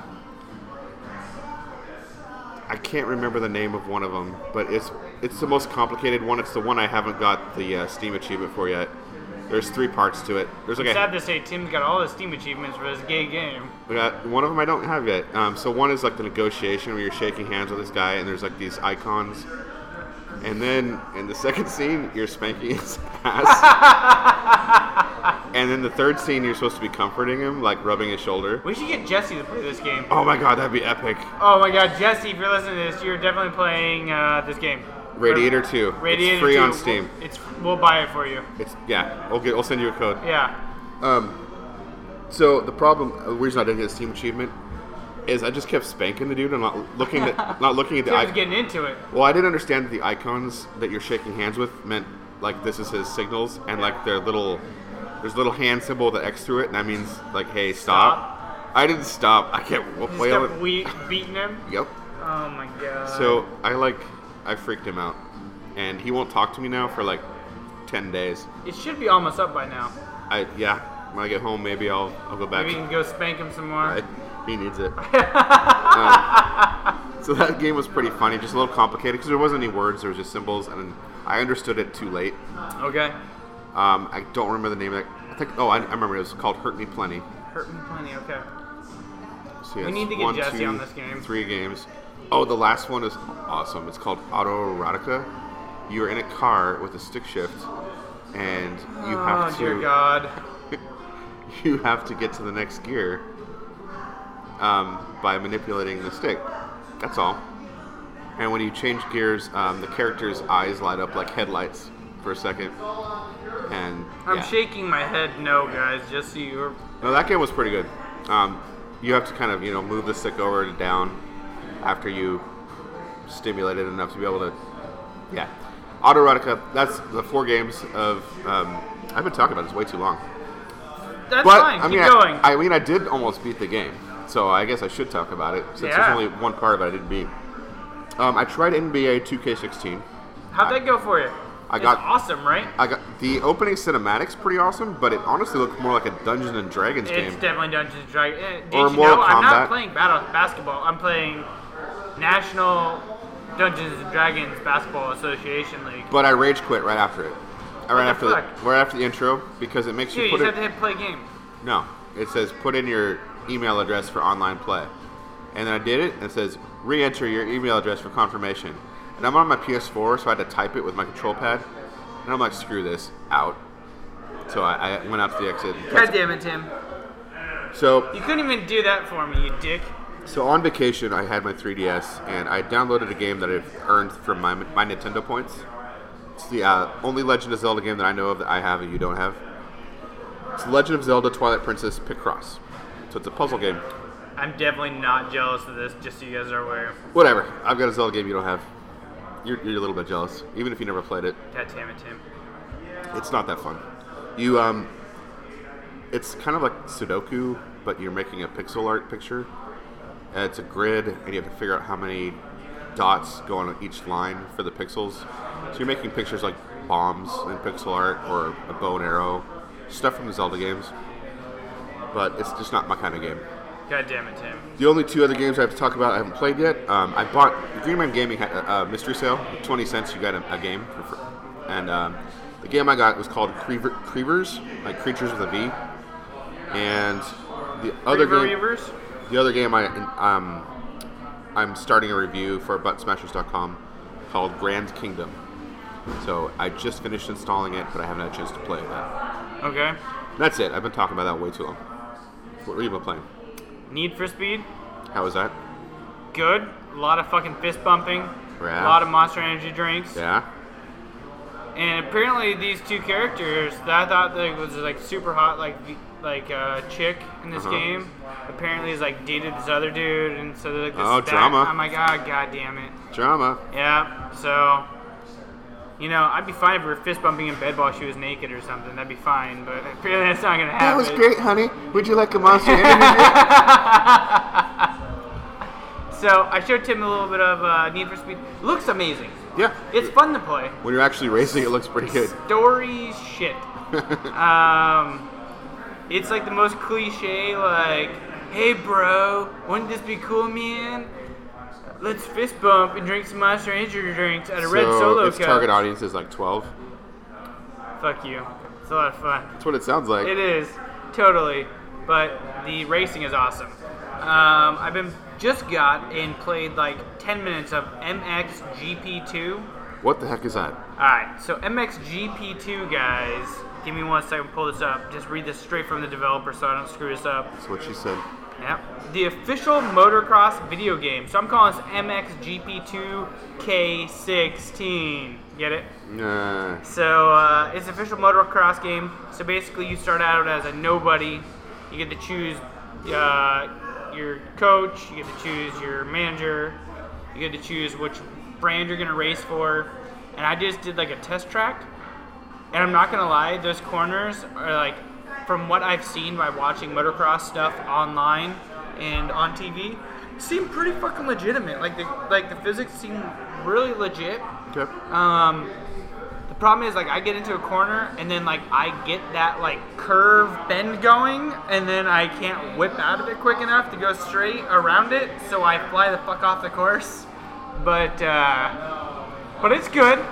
Speaker 3: I can't remember the name of one of them, but it's it's the most complicated one. It's the one I haven't got the uh, Steam achievement for yet. There's three parts to it. There's like a
Speaker 2: Sad to say, Tim's got all the Steam achievements for this gay game.
Speaker 3: I got uh, one of them I don't have yet. Um, so one is like the negotiation where you're shaking hands with this guy, and there's like these icons. And then in the second (laughs) scene, you're spanking his ass. and then the third scene, you're supposed to be comforting him, like rubbing his shoulder.
Speaker 2: We should get Jesse to play this game.
Speaker 3: Oh my god, that'd be epic!
Speaker 2: Oh my god, Jesse, if you're listening to this, you're definitely playing uh, this game.
Speaker 3: Radiator Two.
Speaker 2: Radiator
Speaker 3: it's free
Speaker 2: 2,
Speaker 3: on Steam.
Speaker 2: It's we'll buy it for you.
Speaker 3: It's yeah. We'll get. We'll send you a code.
Speaker 2: Yeah.
Speaker 3: Um, so the problem, the reason I didn't get a Steam achievement, is I just kept spanking the dude and not looking at not looking at
Speaker 2: (laughs)
Speaker 3: the
Speaker 2: Tim's
Speaker 3: icon.
Speaker 2: getting into it.
Speaker 3: Well, I didn't understand that the icons that you're shaking hands with meant like this is his signals and like their little there's a little hand symbol that X through it and that means like hey stop. I didn't stop. I kept
Speaker 2: You
Speaker 3: play
Speaker 2: Just
Speaker 3: on
Speaker 2: kept
Speaker 3: it. (laughs)
Speaker 2: we- beating him.
Speaker 3: Yep.
Speaker 2: Oh my god.
Speaker 3: So I like I freaked him out, and he won't talk to me now for like ten days.
Speaker 2: it should be almost up by now.
Speaker 3: I yeah. When I get home, maybe I'll I'll go back.
Speaker 2: Maybe you can go spank him some more.
Speaker 3: I- he needs it. Um, so that game was pretty funny, just a little complicated because there wasn't any words. There was just symbols, and I understood it too late.
Speaker 2: Okay.
Speaker 3: Um, I don't remember the name of it. I think. Oh, I, I remember. It was called "Hurt Me Plenty."
Speaker 2: Hurt me plenty. Okay.
Speaker 3: So
Speaker 2: We
Speaker 3: yeah, it's
Speaker 2: need to get
Speaker 3: one,
Speaker 2: Jesse
Speaker 3: two,
Speaker 2: on this game.
Speaker 3: Three games. Oh, the last one is awesome. It's called Autoerotica. You're in a car with a stick shift, and you have
Speaker 2: oh,
Speaker 3: to
Speaker 2: dear God.
Speaker 3: (laughs) you have to get to the next gear um, by manipulating the stick. That's all. And when you change gears, um, the character's eyes light up like headlights for a second. And
Speaker 2: I'm
Speaker 3: yeah.
Speaker 2: shaking my head no, guys, just so you're.
Speaker 3: No, that game was pretty good. Um, you have to kind of you know move the stick over to down after you stimulate it enough to be able to. Yeah, Autoerotica. That's the four games of. Um, I've been talking about this way too long.
Speaker 2: That's
Speaker 3: but
Speaker 2: fine,
Speaker 3: I mean,
Speaker 2: keep going.
Speaker 3: I, I mean, I did almost beat the game, so I guess I should talk about it since
Speaker 2: Yeah.
Speaker 3: there's only one part of it I didn't beat. Um, I tried NBA 2K16.
Speaker 2: How'd that go for you?
Speaker 3: I
Speaker 2: It's
Speaker 3: got-
Speaker 2: awesome, right?
Speaker 3: I got the opening cinematics pretty awesome, but it honestly looked more like a Dungeons and Dragons
Speaker 2: It's
Speaker 3: game.
Speaker 2: definitely Dungeons and Dragons. Eh, Did
Speaker 3: Or
Speaker 2: you
Speaker 3: Mortal
Speaker 2: know I'm
Speaker 3: Kombat.
Speaker 2: not playing battle, basketball? I'm playing National Dungeons and Dragons Basketball Association League.
Speaker 3: But I rage quit right after it. Uh, Right
Speaker 2: the
Speaker 3: after the,
Speaker 2: fuck?
Speaker 3: right after the intro because it makes
Speaker 2: Dude,
Speaker 3: you
Speaker 2: you
Speaker 3: put
Speaker 2: just have
Speaker 3: it.
Speaker 2: to hit play game.
Speaker 3: No, it says put in your email address for online play, and then I did it and it says re-enter your email address for confirmation. And I'm on my PS4, so I had to type it with my control pad, and I'm like, screw this, out. So I, I went out to the exit. and
Speaker 2: God
Speaker 3: pressed-
Speaker 2: damn it, Tim.
Speaker 3: So
Speaker 2: You couldn't even do that for me, you dick.
Speaker 3: so on vacation, I had my 3DS and I downloaded a game that I've earned from my my Nintendo points. It's the uh, only Legend of Zelda game that I know of that I have and you don't have. It's Legend of Zelda Twilight Princess Picross. So it's a puzzle game.
Speaker 2: I'm definitely not jealous of this, just so you guys are aware.
Speaker 3: Whatever. I've got a Zelda game you don't have. You're, you're a little bit jealous, even if you never played it.
Speaker 2: God damn it, Tim.
Speaker 3: It's not that fun. You um, it's kind of like Sudoku, but you're making a pixel art picture. Uh, it's a grid, and you have to figure out how many dots go on each line for the pixels. So you're making pictures like bombs in pixel art or a bow and arrow, stuff from the Zelda games. But it's just not my kind of game.
Speaker 2: God damn it, Tim.
Speaker 3: The only two other games I have to talk about I haven't played yet. Um, I bought Green Man Gaming had a, a mystery sale, twenty cents you got a, a game, for, fr- and um, the game I got was called Creever, Creevers, like creatures with a V. And the other
Speaker 2: Reaver
Speaker 3: game,
Speaker 2: Reavers?
Speaker 3: the other game I um, I'm starting a review for ButtSmashers.com called Grand Kingdom. So I just finished installing it, but I haven't had a chance to play it yet.
Speaker 2: Okay.
Speaker 3: That's it. I've been talking about that way too long. What were you been playing?
Speaker 2: Need for Speed?
Speaker 3: How was that?
Speaker 2: Good. A lot of fucking fist bumping.
Speaker 3: Yeah.
Speaker 2: A lot of monster energy drinks.
Speaker 3: Yeah.
Speaker 2: And apparently, these two characters that I thought like was like super hot, like the- like uh, chick in this
Speaker 3: Uh-huh.
Speaker 2: game, apparently is like dated this other dude, and so they're like this
Speaker 3: Oh,
Speaker 2: is that.
Speaker 3: drama.
Speaker 2: I'm like, ah, god damn it.
Speaker 3: Drama.
Speaker 2: Yeah. So, you know, I'd be fine if we were fist bumping in bed while she was naked or something. That'd be fine. But apparently, that's not gonna
Speaker 3: That
Speaker 2: happen.
Speaker 3: was great, honey. Would you like a monster energy?
Speaker 2: (laughs) So I showed Tim a little bit of uh, Need for Speed. Looks amazing.
Speaker 3: (laughs) yeah.
Speaker 2: It's fun to play.
Speaker 3: when you're actually racing, it looks pretty good.
Speaker 2: Story
Speaker 3: (laughs)
Speaker 2: shit. um, it's like the most cliche, like, hey bro, wouldn't this be cool, man? Let's fist bump and drink some Monster Energy drinks at a red
Speaker 3: so
Speaker 2: solo
Speaker 3: its
Speaker 2: cup.
Speaker 3: target audience is like 12.
Speaker 2: Fuck you. It's a lot of fun.
Speaker 3: That's what it sounds like.
Speaker 2: It is totally, but the racing is awesome. Um, I've been just got and played like 10 minutes of MXGP2.
Speaker 3: What the heck is that?
Speaker 2: Alright, so MXGP2, guys. Give me one second, pull this up. Just read this straight from the developer so I don't screw this up.
Speaker 3: That's what she said.
Speaker 2: Yep. The official motocross video game. So I'm calling this MXGP2K16. Get it?
Speaker 3: Nah.
Speaker 2: So uh, it's an official motocross game. So basically, you start out as a nobody. You get to choose uh, your coach. You get to choose your manager. You get to choose which brand you're gonna race for. And I just did like a test track. And I'm not gonna lie, those corners are like, from what I've seen by watching motocross stuff online and on TV, seem pretty fucking legitimate. Like the like the physics seem really legit.
Speaker 3: Okay.
Speaker 2: Um, the problem is like I get into a corner and then like I get that like curve bend going and then I can't whip out of it quick enough to go straight around it, so I fly the fuck off the course. But uh, but it's good.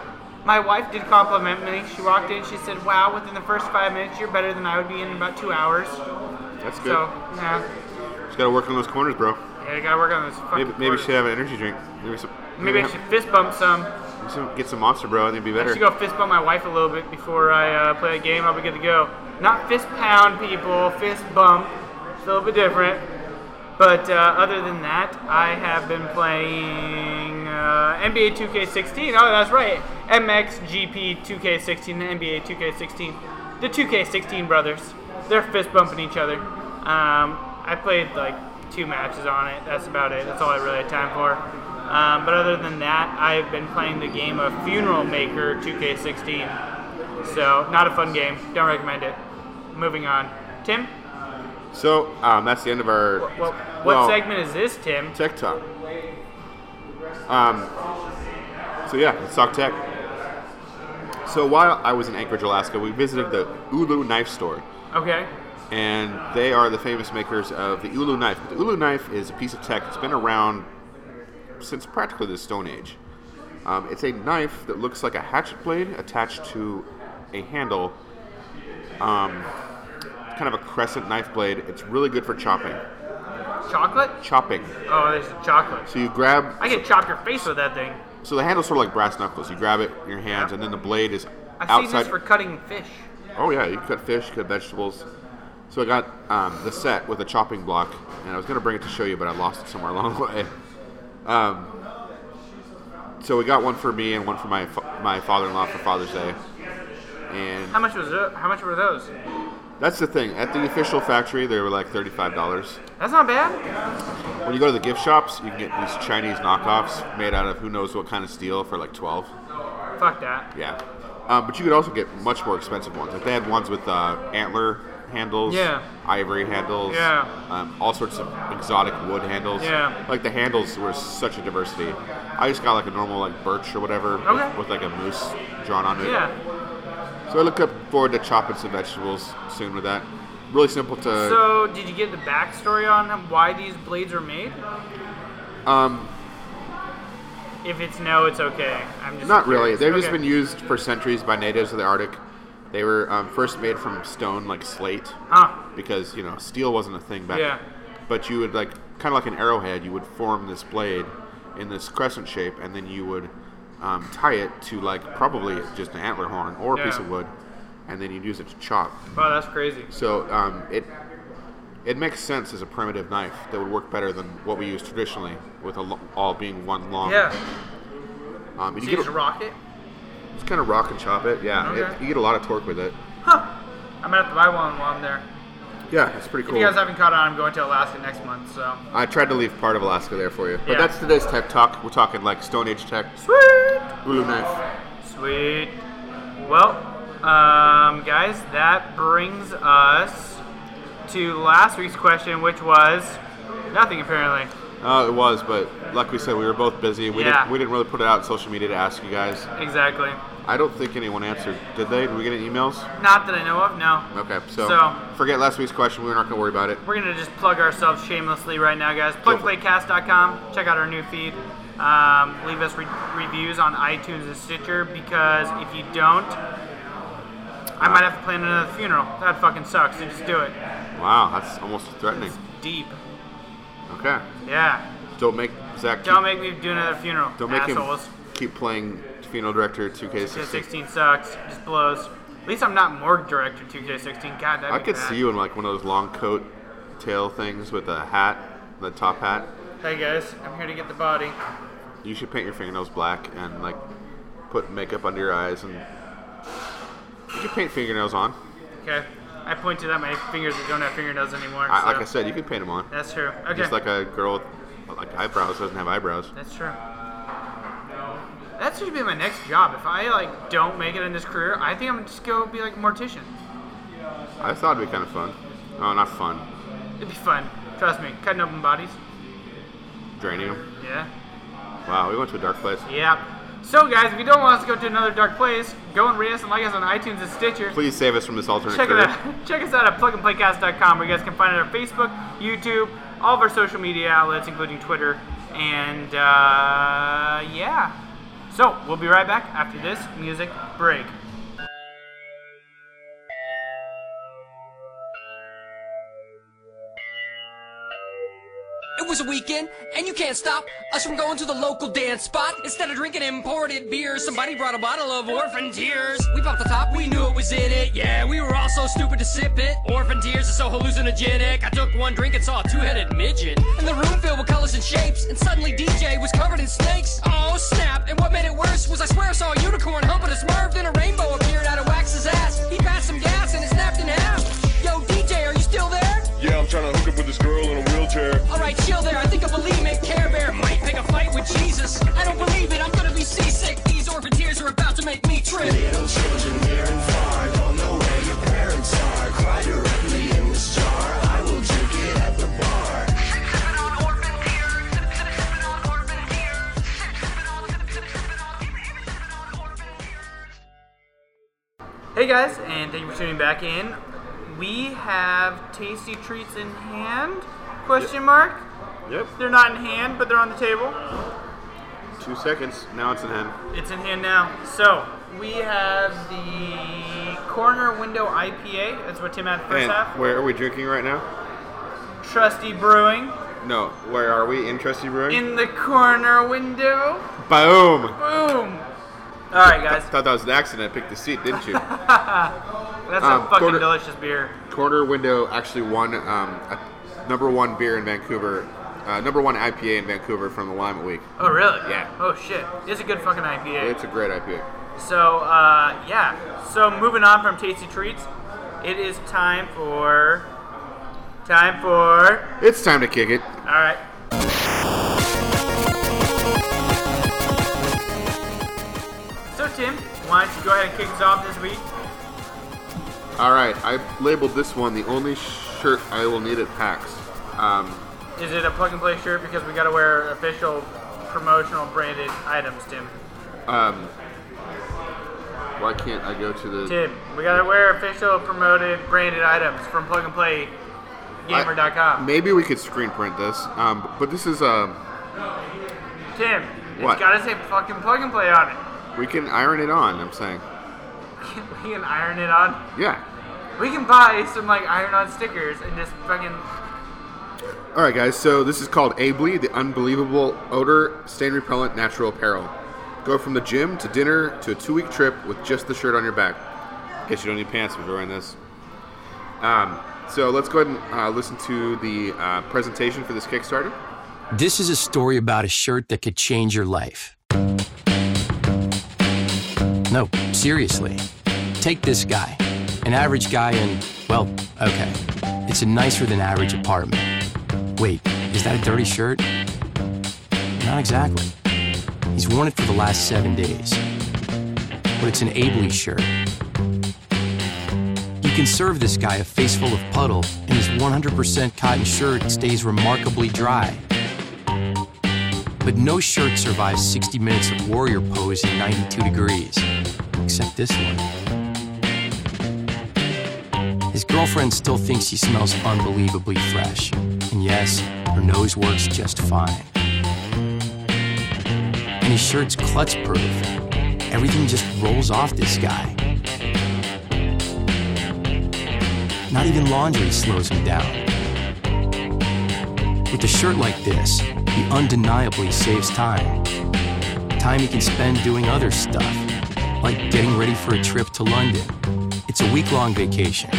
Speaker 2: My wife did compliment me. She walked in. She said, "Wow, within the first five minutes, you're better than I would be in about two hours."
Speaker 3: That's good.
Speaker 2: So yeah,
Speaker 3: She's Gotta work on those corners, bro.
Speaker 2: Yeah, you gotta work on this. Fucking
Speaker 3: Maybe maybe
Speaker 2: quarters.
Speaker 3: should have an energy drink. Maybe some.
Speaker 2: Maybe I
Speaker 3: have-
Speaker 2: should fist bump some.
Speaker 3: maybe some- get some monster, bro. I think it'd be
Speaker 2: I
Speaker 3: better.
Speaker 2: should go fist bump my wife a little bit before I uh, play a game. I'll be good to go. Not fist pound, people. Fist bump. It's a little bit different. But uh, other than that, I have been playing uh, NBA 2K16. Oh, that's right. MXGP 2K16 and NBA 2K16. The 2K16 brothers. They're fist bumping each other. Um, I played like two matches on it. That's about it. That's all I really had time for. Um, but other than that, I've been playing the game of Funeral Maker 2K16. So, not a fun game. Don't recommend it. Moving on. Tim?
Speaker 3: So um, that's the end of our
Speaker 2: What, what, what
Speaker 3: well,
Speaker 2: segment is this, Tim?
Speaker 3: tech talk. Um, so yeah, let's talk tech. So while I was in Anchorage, Alaska, we visited the Ulu Knife Store,
Speaker 2: Okay.
Speaker 3: and they are the famous makers of the Ulu knife. The Ulu knife is a piece of tech that's been around since practically the Stone Age. Um, it's a knife that looks like a hatchet blade attached to a handle. Um, it's kind of a crescent knife blade. It's really good for chopping.
Speaker 2: Chocolate?
Speaker 3: Chopping.
Speaker 2: Oh, there's chocolate.
Speaker 3: So you grab
Speaker 2: I could chop your face with that thing.
Speaker 3: So the handle's sort of like brass knuckles. You grab it in your hands,
Speaker 2: Yeah.
Speaker 3: and then the blade is
Speaker 2: I've seen
Speaker 3: outside.
Speaker 2: this for cutting fish.
Speaker 3: oh yeah, you can cut fish, cut vegetables. So I got um, the set with a chopping block, and I was gonna bring it to show you, but I lost it somewhere (laughs) along the way. Um, so we got one for me and one for my fa- my father-in-law for Father's Day, and
Speaker 2: How much was it? How much were those?
Speaker 3: that's the thing. At the official factory, they were like thirty-five dollars.
Speaker 2: That's not bad.
Speaker 3: When you go to the gift shops, you can get these Chinese knockoffs made out of who knows what kind of steel for like twelve.
Speaker 2: Fuck that.
Speaker 3: Yeah, um, but you could also get much more expensive ones. Like they had ones with uh, antler handles,
Speaker 2: Yeah.
Speaker 3: ivory handles,
Speaker 2: Yeah.
Speaker 3: um, all sorts of exotic wood handles.
Speaker 2: Yeah.
Speaker 3: like the handles were such a diversity. I just got like a normal like birch or whatever
Speaker 2: Okay.
Speaker 3: with, with like a moose drawn on it.
Speaker 2: Yeah.
Speaker 3: So I look up forward to chopping some vegetables soon with that. Really simple to.
Speaker 2: So, did you get the backstory on why these blades are made?
Speaker 3: um,
Speaker 2: If it's no, it's okay. I'm just
Speaker 3: Not really.
Speaker 2: curious.
Speaker 3: They've just
Speaker 2: Okay.
Speaker 3: been used for centuries by natives of the Arctic. They were um, first made from stone, like slate,
Speaker 2: Huh.
Speaker 3: because you know steel wasn't a thing back.
Speaker 2: Yeah.
Speaker 3: then. But you would like kind of like an arrowhead. You would form this blade in this crescent shape, and then you would um, tie it to like probably just an antler horn or a piece
Speaker 2: Yeah.
Speaker 3: of wood, and then you'd use it to chop.
Speaker 2: Wow, that's crazy.
Speaker 3: So um, it it makes sense as a primitive knife that would work better than what we use traditionally, with a lo- all being one long.
Speaker 2: Yeah.
Speaker 3: Um, and
Speaker 2: So you
Speaker 3: you get
Speaker 2: just
Speaker 3: a-
Speaker 2: rock it?
Speaker 3: just kind of rock and chop it. Yeah,
Speaker 2: Okay.
Speaker 3: it, you get a lot of torque with it.
Speaker 2: Huh. I'm gonna have to buy one while I'm there.
Speaker 3: Yeah, it's pretty
Speaker 2: If
Speaker 3: cool.
Speaker 2: you guys haven't caught on, I'm going to Alaska next month, so.
Speaker 3: I tried to leave part of Alaska there for you, but
Speaker 2: Yeah.
Speaker 3: that's today's tech talk. We're talking like Stone Age tech,
Speaker 2: Sweet!
Speaker 3: Ulu knife.
Speaker 2: Sweet. Well, um, guys, that brings us to last week's question, which was nothing apparently.
Speaker 3: Uh, it was, but like we said, we were both busy. We
Speaker 2: Yeah.
Speaker 3: didn't we didn't really put it out on social media to ask you guys.
Speaker 2: Exactly.
Speaker 3: I don't think anyone answered, did they? Did we get any emails?
Speaker 2: Not that I know of. No.
Speaker 3: Okay, so,
Speaker 2: So-
Speaker 3: forget last week's question. We're not gonna worry about it.
Speaker 2: We're gonna just plug ourselves shamelessly right now, guys. Plugplaycast.com. Check out our new feed. Um, leave us re- reviews on iTunes and Stitcher because if you don't, I might have to plan another funeral. That fucking sucks. So just do it.
Speaker 3: Wow, that's almost threatening.
Speaker 2: Deep.
Speaker 3: Okay,
Speaker 2: Yeah.
Speaker 3: don't make Zach. Keep,
Speaker 2: Don't make me do another funeral.
Speaker 3: don't make
Speaker 2: assholes.
Speaker 3: him keep playing Funeral Director 2K16.
Speaker 2: 2K16 sucks. Just blows. At least I'm not Morgue Director 2K16. God, that
Speaker 3: I could see you in like one of those long coat tail things with a hat, the top hat.
Speaker 2: Hey guys, I'm here to get the body.
Speaker 3: You should paint your fingernails black and like put makeup under your eyes and you can paint fingernails on.
Speaker 2: Okay. I pointed out my fingers that don't have fingernails anymore.
Speaker 3: I,
Speaker 2: so
Speaker 3: like I said, you can paint them on.
Speaker 2: That's true. Okay.
Speaker 3: Just like a girl with like eyebrows doesn't have eyebrows.
Speaker 2: That's true. That should be my next job. If I like don't make it in this career, I think I'm just go be like a mortician.
Speaker 3: I thought it'd be kind of fun. Oh, not fun.
Speaker 2: It'd be fun. Trust me. Cutting open bodies.
Speaker 3: Draining them.
Speaker 2: Yeah.
Speaker 3: Wow, we went to a dark place.
Speaker 2: Yep. So guys, if you don't want us to go to another dark place, go and rate us and like us on iTunes and Stitcher.
Speaker 3: Please save us from this alternate
Speaker 2: Check it
Speaker 3: career.
Speaker 2: out. (laughs) Check us out at plugandplaycast.com where you guys can find it on Facebook, YouTube, all of our social media outlets, including Twitter. And uh, yeah. So we'll be right back after this music break.
Speaker 4: It was a weekend, and you can't stop us from going to the local dance spot. Instead of drinking imported beer, somebody brought a bottle of Orphan Tears. We popped the top, we knew it was in it. Yeah, we were all so stupid to sip it. Orphan Tears is so hallucinogenic. I took one drink and saw a two-headed midget. And the room filled with colors and shapes, and suddenly DJ was covered in snakes. Oh snap! And what made it worse was I swear I saw a unicorn humping a Smurf, then a rainbow appeared out of Wax's ass. He passed some gas and it snapped in half. Yo, DJ, are you still there?
Speaker 5: Yeah, I'm trying to hook up with this girl in a wheelchair.
Speaker 4: Alright, chill there. I think a bulimic Care Bear might pick a fight with Jesus. I don't believe it. I'm gonna be seasick. These orphan tears are about to make me trip.
Speaker 2: Hey guys, and thank you for tuning back in. We have tasty treats in hand? Question mark.
Speaker 3: Yep.
Speaker 2: They're not in hand, but they're on the table.
Speaker 3: Two seconds. Now it's in hand.
Speaker 2: It's in hand now. So we have the Corner Window IPA. That's what Tim had first
Speaker 3: And
Speaker 2: half.
Speaker 3: where are we drinking right now?
Speaker 2: Trusty Brewing
Speaker 3: No. Where are we? In Trusty Brewing.
Speaker 2: in the corner window.
Speaker 3: Boom.
Speaker 2: Boom. All right, guys.
Speaker 3: Thought that was an accident. I picked the seat,
Speaker 2: (laughs)
Speaker 3: didn't you?
Speaker 2: That's
Speaker 3: Um,
Speaker 2: a fucking
Speaker 3: quarter-
Speaker 2: delicious beer.
Speaker 3: Corner Window actually won um, a number one beer in Vancouver, uh, number one IPA in Vancouver from the Lima Week.
Speaker 2: Oh really?
Speaker 3: Yeah.
Speaker 2: Oh shit. It's a good fucking IPA.
Speaker 3: It's a great IPA.
Speaker 2: So uh, yeah. So moving on from tasty treats, it is time for time for
Speaker 3: It's time to kick it.
Speaker 2: all right. So Tim, why don't you go ahead and kick us off this week?
Speaker 3: All right, I labeled this one the only shirt I will need at PAX. Um,
Speaker 2: Is it a plug and play shirt because we got to wear official promotional branded items, Tim?
Speaker 3: why can't I go to the?
Speaker 2: Tim, we gotta wear official promoted branded items from Plug and Play Gamer.com.
Speaker 3: Maybe we could screen print this. Um, but this is um,
Speaker 2: Tim,
Speaker 3: What?
Speaker 2: it's gotta say fucking Plug and Play on it.
Speaker 3: we can iron it on. I'm saying,
Speaker 2: (laughs) we can iron it on.
Speaker 3: yeah.
Speaker 2: We can buy some like iron on stickers and just fucking.
Speaker 3: All right, guys. So this is called Ably, the unbelievable odor stain repellent natural apparel. Go from the gym to dinner to a two-week trip with just the shirt on your back. Guess you don't need pants if you're wearing this. Um, so let's go ahead and uh, listen to the uh, presentation for this Kickstarter.
Speaker 6: This is a story about a shirt that could change your life. No, seriously. Take this guy, an average guy in, well, okay. It's a nicer than average apartment. Wait, is that a dirty shirt? Not exactly. He's worn it for the last seven days. But it's an Abley shirt. You can serve this guy a face full of puddle, and his 100% cotton shirt stays remarkably dry but no shirt survives 60 minutes of warrior pose in 92 degrees, except this one. His girlfriend still thinks he smells unbelievably fresh, and yes, her nose works just fine. And his shirt's klutz proof. Everything just rolls off this guy. Not even laundry slows him down. With a shirt like this, he undeniably saves time. Time he can spend doing other stuff, like getting ready for a trip to London. It's a week long vacation.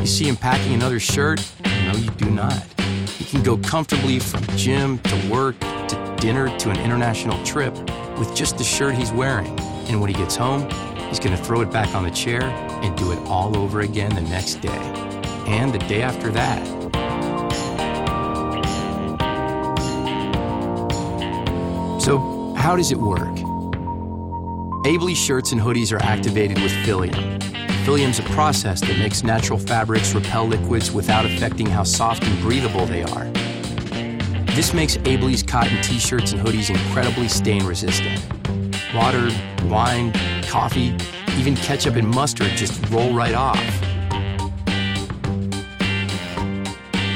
Speaker 6: You see him packing another shirt? No, you do not. He can go comfortably from gym to work to dinner to an international trip with just the shirt he's wearing. And when he gets home, he's going to throw it back on the chair and do it all over again the next day. And the day after that. So, how does it work? Abley shirts and hoodies are activated with Philium. Philium's a process that makes natural fabrics repel liquids without affecting how soft and breathable they are. This makes Abley's cotton t shirts and hoodies incredibly stain resistant. Water, wine, coffee, even ketchup and mustard just roll right off.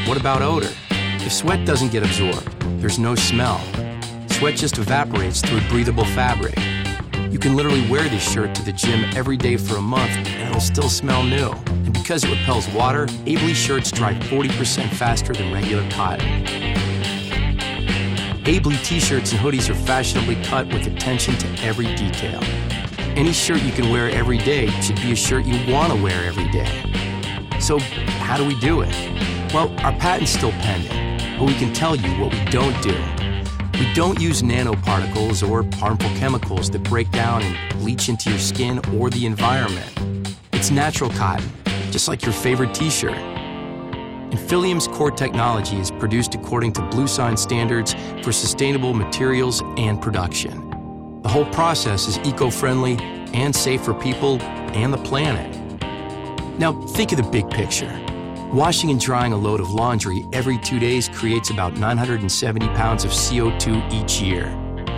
Speaker 6: What about odor? If sweat doesn't get absorbed, there's no smell. Sweat just evaporates through breathable fabric. You can literally wear this shirt to the gym every day for a month and it'll still smell new. And because it repels water, Abley shirts dry 40% faster than regular cotton. Ably t shirts and hoodies are fashionably cut with attention to every detail. Any shirt you can wear every day should be a shirt you want to wear every day. So, how do we do it? Well, our patent's still pending, but we can tell you what we don't do. We don't use nanoparticles or harmful chemicals that break down and leach into your skin or the environment. It's natural cotton, just like your favorite t shirt. And Philium's core technology is produced according to Blue Sign standards for sustainable materials and production. The whole process is eco friendly and safe for people and the planet. Now, think of the big picture. Washing and drying a load of laundry every two days creates about 970 pounds of CO2 each year.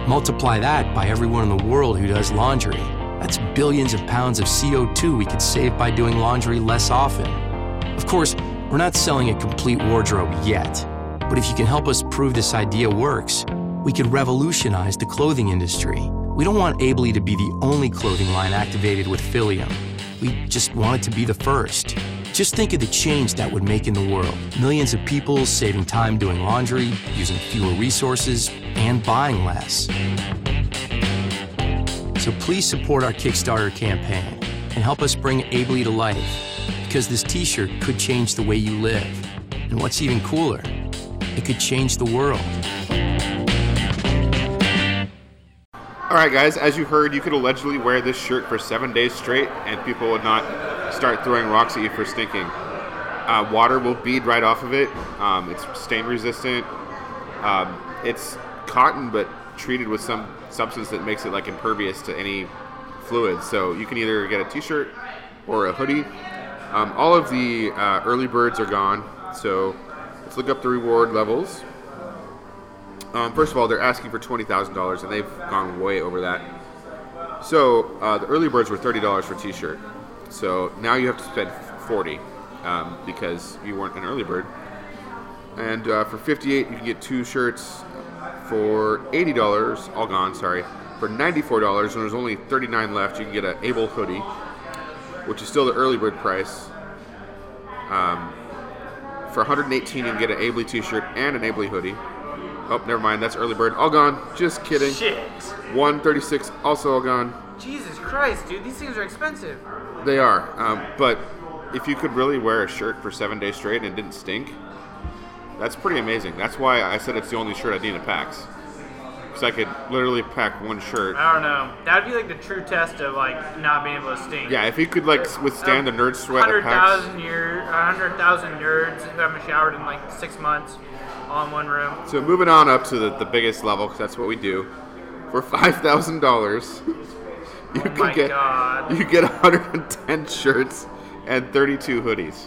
Speaker 6: Multiply that by everyone in the world who does laundry. That's billions of pounds of CO2 we could save by doing laundry less often. Of course, we're not selling a complete wardrobe yet, but if you can help us prove this idea works, we could revolutionize the clothing industry. We don't want Ably to be the only clothing line activated with Philium. We just want it to be the first. Just think of the change that would make in the world. Millions of people saving time doing laundry, using fewer resources, and buying less. So please support our Kickstarter campaign and help us bring Ably to life because this t shirt could change the way you live. And what's even cooler, it could change the world.
Speaker 3: All right, guys. As you heard, you could allegedly wear this shirt for seven days straight, and people would not start throwing rocks at you for stinking. Uh, water will bead right off of it. Um, it's stain resistant. Um, it's cotton, but treated with some substance that makes it like impervious to any fluid. So you can either get a T-shirt or a hoodie. Um, all of the uh, early birds are gone. So let's look up the reward levels. Um, first of all, they're asking for twenty thousand dollars, and they've gone way over that. So uh, the early birds were thirty dollars for a T-shirt. So now you have to spend forty um, because you weren't an early bird. And uh, for fifty-eight, you can get two shirts for eighty dollars. All gone, sorry. For ninety-four dollars, and there's only thirty-nine left. You can get an Able hoodie, which is still the early bird price. Um, for 118, you can get an Ably T-shirt and an Ably hoodie. Oh, never mind. That's early bird. All gone. Just kidding.
Speaker 2: Shit.
Speaker 3: 136 also all gone.
Speaker 2: Jesus Christ, dude, these things are expensive.
Speaker 3: They are. Um, but if you could really wear a shirt for seven days straight and it didn't stink, that's pretty amazing. That's why I said it's the only shirt I need in packs. Because I could literally pack one shirt.
Speaker 2: I don't know. That'd be like the true test of like not being able to stink.
Speaker 3: Yeah, if you could like withstand the nerd sweat of
Speaker 2: Hundred
Speaker 3: packs.
Speaker 2: thousand year, hundred thousand nerds who haven't showered in like six months, all in one room.
Speaker 3: So moving on up to the, the biggest level, because that's what we do. For five thousand dollars, (laughs) you can
Speaker 2: my
Speaker 3: get
Speaker 2: God.
Speaker 3: you get 110 shirts and 32 hoodies.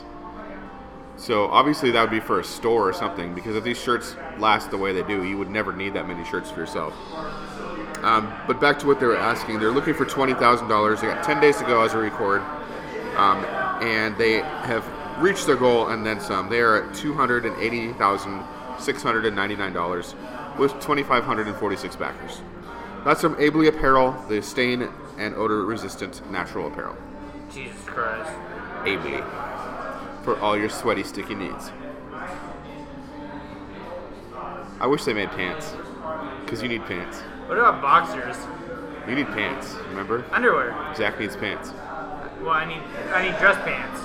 Speaker 3: So obviously that would be for a store or something, because if these shirts last the way they do, you would never need that many shirts for yourself. Um, but back to what they were asking, they're looking for twenty thousand dollars. They got ten days to go as we record, um, and they have reached their goal and then some. They are at two hundred and eighty thousand six hundred and ninety-nine dollars, with twenty-five hundred and forty-six backers. That's from Ably Apparel, the stain and odor-resistant natural apparel.
Speaker 2: Jesus Christ.
Speaker 3: Ably for all your sweaty, sticky needs. I wish they made pants, because you need pants.
Speaker 2: What about boxers?
Speaker 3: You need pants, remember?
Speaker 2: Underwear.
Speaker 3: Zach needs pants.
Speaker 2: Well, I need I need dress pants.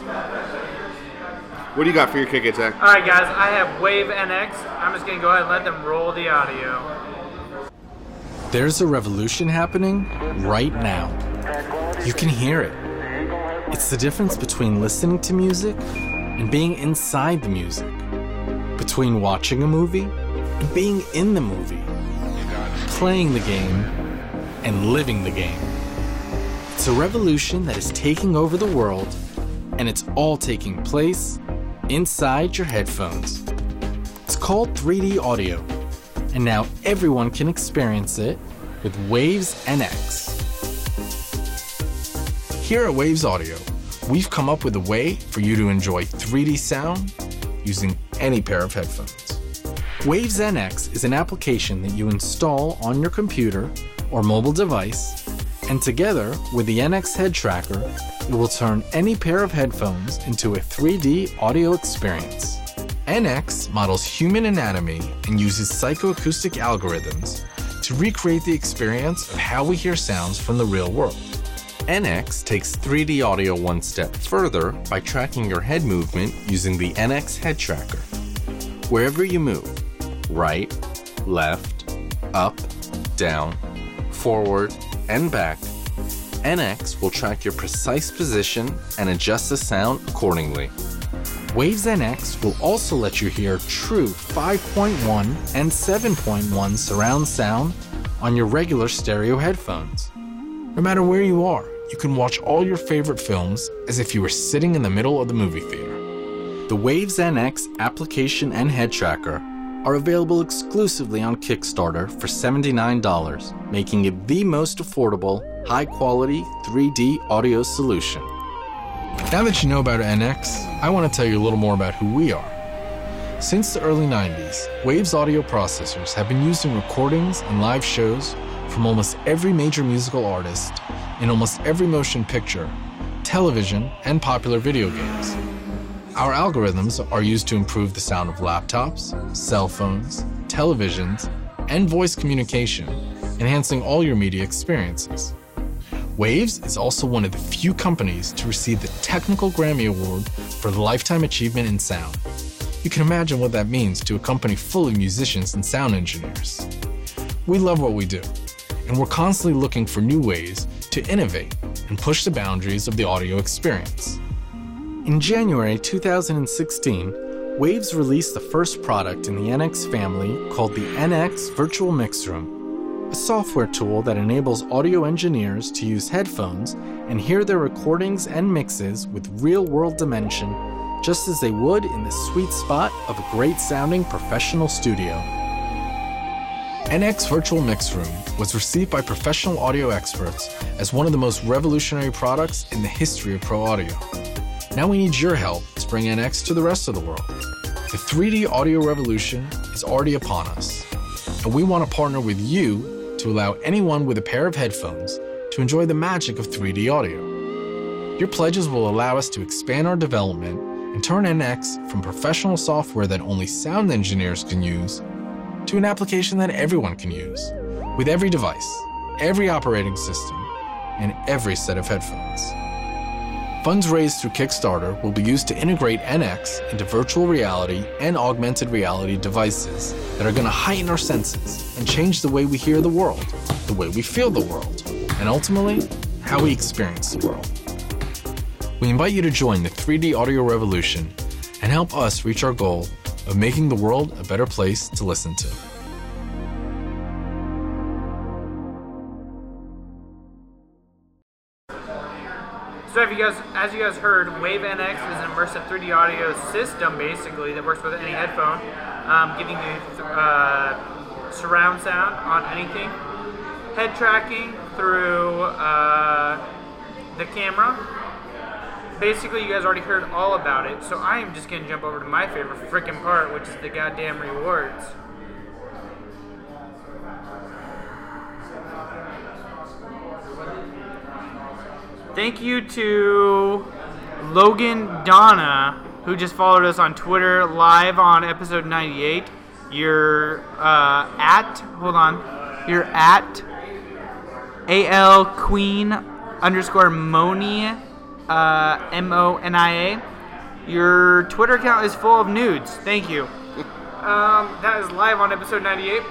Speaker 3: What do you got for your kick it, Zach?
Speaker 2: All right, guys, I have Wave NX. I'm just gonna go ahead and let them roll the audio.
Speaker 7: There's a revolution happening right now. You can hear it. It's the difference between listening to music and being inside the music, between watching a movie and being in the movie, playing the game and living the game. It's a revolution that is taking over the world, and it's all taking place inside your headphones. It's called 3D audio and now everyone can experience it with Waves NX. Here at Waves Audio, we've come up with a way for you to enjoy 3D sound using any pair of headphones. Waves NX is an application that you install on your computer or mobile device, and together with the NX head tracker, it will turn any pair of headphones into a 3D audio experience NX models human anatomy and uses psychoacoustic algorithms to recreate the experience of how we hear sounds from the real world. NX takes 3D audio one step further by tracking your head movement using the NX Head Tracker. Wherever you move, right, left, up, down, forward, and back, NX will track your precise position and adjust the sound accordingly. Waves NX will also let you hear true 5.1 and 7.1 surround sound on your regular stereo headphones. No matter where you are, you can watch all your favorite films as if you were sitting in the middle of the movie theater. The Waves NX application and head tracker are available exclusively on Kickstarter for $79, making it the most affordable, high quality 3D audio solution. Now that you know about NX, I want to tell you a little more about who we are. Since the early 90s, Wave's audio processors have been used in recordings and live shows from almost every major musical artist, in almost every motion picture, television, and popular video games. Our algorithms are used to improve the sound of laptops, cell phones, televisions, and voice communication, enhancing all your media experiences. Waves is also one of the few companies to receive the Technical Grammy Award for Lifetime Achievement in Sound. You can imagine what that means to a company full of musicians and sound engineers. We love what we do, and we're constantly looking for new ways to innovate and push the boundaries of the audio experience. In January 2016, Waves released the first product in the NX family called the NX Virtual Mix Room, a software tool that enables audio engineers to use headphones and hear their recordings and mixes with real world dimension, just as they would in the sweet spot of a great sounding professional studio. NX Virtual Mix Room was received by professional audio experts as one of the most revolutionary products in the history of pro audio. Now we need your help to bring NX to the rest of the world. The 3D audio revolution is already upon us, and we want to partner with you to allow anyone with a pair of headphones to enjoy the magic of 3D audio. Your pledges will allow us to expand our development and turn NX from professional software that only sound engineers can use to an application that everyone can use with every device, every operating system, and every set of headphones. Funds raised through Kickstarter will be used to integrate NX into virtual reality and augmented reality devices that are going to heighten our senses and change the way we hear the world, the way we feel the world, and ultimately, how we experience the world. We invite you to join the 3D audio revolution and help us reach our goal of making the world a better place to listen to.
Speaker 2: So, if you guys, as you guys heard, Wave NX is an immersive 3D audio system, basically that works with any headphone, um, giving you uh, surround sound on anything. Head tracking through uh, the camera. Basically, you guys already heard all about it. So I am just gonna jump over to my favorite freaking part, which is the goddamn rewards. Thank you to Logan Donna, who just followed us on Twitter live on episode 98. You're uh, at, hold on, you're at AL Queen underscore Moni, uh, M O N I A. Your Twitter account is full of nudes. Thank you. Um, that is live on episode 98.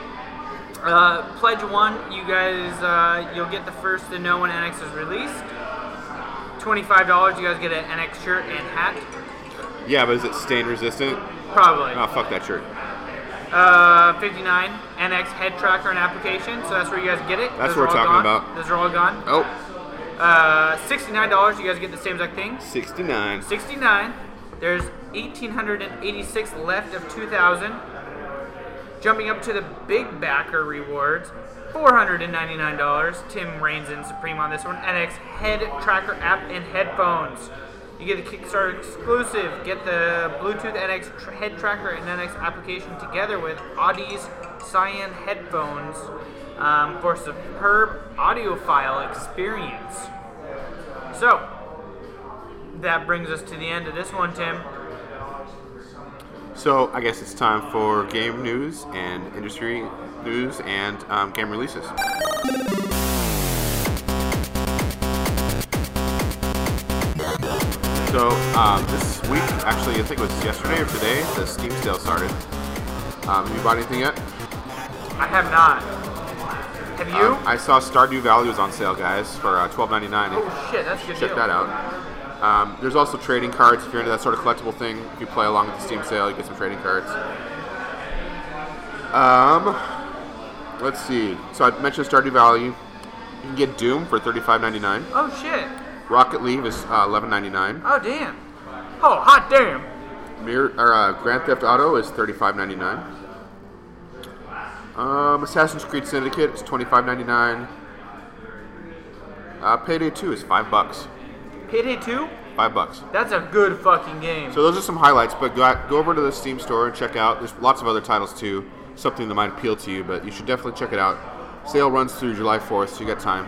Speaker 2: Uh, pledge one, you guys, uh, you'll get the first to know when NX is released. Twenty-five dollars, you guys get an NX shirt and hat,
Speaker 3: Yeah, but is it stain resistant?
Speaker 2: probably.
Speaker 3: Oh, fuck that shirt.
Speaker 2: Uh, fifty-nine NX head tracker and application, so that's where you guys get it.
Speaker 3: That's
Speaker 2: Those
Speaker 3: what
Speaker 2: are
Speaker 3: we're
Speaker 2: all
Speaker 3: talking
Speaker 2: gone.
Speaker 3: about.
Speaker 2: Those are all gone.
Speaker 3: Oh,
Speaker 2: Uh, sixty-nine dollars, you guys get the same exact thing.
Speaker 3: 69.
Speaker 2: 69. There's 1,886 left of 2,000. Jumping up to the big backer rewards, $499. Tim reigns in supreme on this one. NX head tracker app and headphones. You get the Kickstarter exclusive. Get the Bluetooth NX tr- head tracker and NX application together with Audi's Cyan headphones um, for superb audiophile experience. So, that brings us to the end of this one, Tim.
Speaker 3: So I guess it's time for game news and industry news and um, game releases. So um, this week, actually, I think it was yesterday or today, the Steam sale started. Um, have you bought anything yet?
Speaker 2: I have not. Have you?
Speaker 3: Um, I saw Stardew Valley was on sale, guys, for uh, twelve ninety nine.
Speaker 2: oh shit, that's a good.
Speaker 3: check
Speaker 2: deal.
Speaker 3: that out. Um, there's also trading cards if you're into that sort of collectible thing. If you play along with the Steam sale, you get some trading cards. Um, let's see. So I mentioned Stardew Valley. You can get Doom for $35.99.
Speaker 2: Oh shit.
Speaker 3: Rocket League is uh, $11.99.
Speaker 2: Oh damn. Oh hot damn.
Speaker 3: Mir- or, uh, Grand Theft Auto is $35.99. Um, Assassin's Creed Syndicate is $25.99. Uh, Payday 2 is five bucks.
Speaker 2: Payday two.
Speaker 3: Five bucks.
Speaker 2: That's a good fucking game.
Speaker 3: So those are some highlights, but go, go over to the Steam store and check out. There's lots of other titles too, something that might appeal to you, but you should definitely check it out. Sale runs through July 4th, so you got time.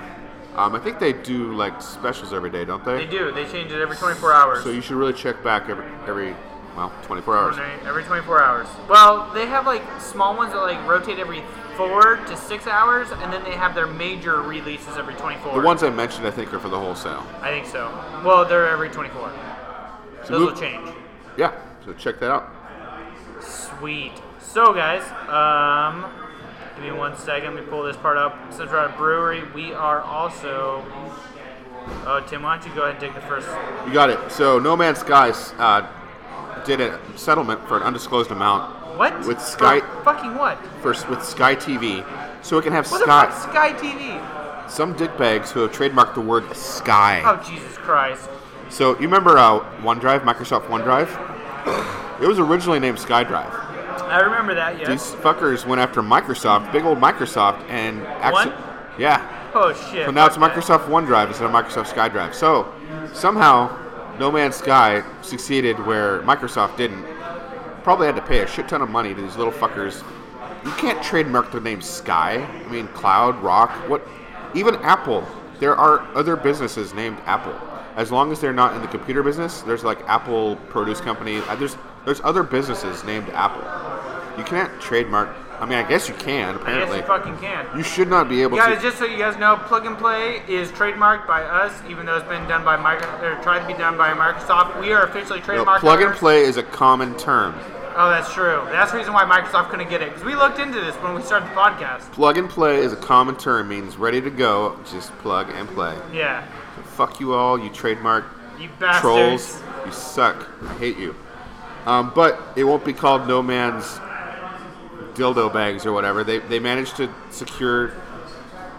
Speaker 3: Um, I think they do like specials every day, don't
Speaker 2: they
Speaker 3: they?
Speaker 2: do. They change it every 24 hours.
Speaker 3: So you should really check back every every well 24 hours.
Speaker 2: Every 24 hours. Well, they have like small ones that like rotate every four to six hours, and then they have their major releases every 24.
Speaker 3: The ones I mentioned, I think, are for the whole sale.
Speaker 2: I think so. Well, they're every 24. Those
Speaker 3: So
Speaker 2: will
Speaker 3: move-
Speaker 2: change.
Speaker 3: Yeah, so check that out.
Speaker 2: Sweet. So, guys, um, give me one second. Let me pull this part up. Since we're at a brewery, we are also. Oh, Tim, why don't you go ahead and take the first?
Speaker 3: You got it. So No Man's Sky uh, did a settlement for an undisclosed amount
Speaker 2: What?
Speaker 3: With Sky-
Speaker 2: For fucking what?
Speaker 3: for with Sky TV, so it can have
Speaker 2: What the
Speaker 3: Sky.
Speaker 2: fuck, Sky TV?
Speaker 3: Some dickbags who have trademarked the word sky.
Speaker 2: Oh, Jesus Christ.
Speaker 3: So you remember uh, OneDrive, Microsoft OneDrive? It was originally named SkyDrive.
Speaker 2: I remember that, yes.
Speaker 3: These fuckers went after Microsoft, big old Microsoft, and actually,
Speaker 2: One?
Speaker 3: yeah.
Speaker 2: Oh, shit.
Speaker 3: So now it's
Speaker 2: fuck that.
Speaker 3: Microsoft OneDrive instead of Microsoft SkyDrive. So somehow, No Man's Sky succeeded where Microsoft didn't. Probably had to pay a shit ton of money to these little fuckers. You can't trademark the name Sky. I mean, Cloud, Rock, what? Even Apple. There are other businesses named Apple. As long as they're not in the computer business, there's like Apple Produce Company. uh, There's there's other businesses named Apple. You can't trademark. I mean, I guess you can.
Speaker 2: I guess
Speaker 3: Apparently,
Speaker 2: you fucking can.
Speaker 3: you should not be able to.
Speaker 2: Guys, just so you guys know, Plug and Play is trademarked by us, even though it's been done by Microsoft, or tried to be done by Microsoft. We are officially
Speaker 3: No,
Speaker 2: trademarked.
Speaker 3: plug and
Speaker 2: owners.
Speaker 3: play is a common term.
Speaker 2: Oh, that's true. That's the reason why Microsoft couldn't get it, because we looked into this when we started the podcast.
Speaker 3: Plug and play is a common term. Means ready to go. Just plug and play.
Speaker 2: Yeah.
Speaker 3: Fuck you all. You trademark
Speaker 2: You bastards.
Speaker 3: trolls. You suck. I hate you. Um, but it won't be called No Man's dildo bags or whatever. They they managed to secure.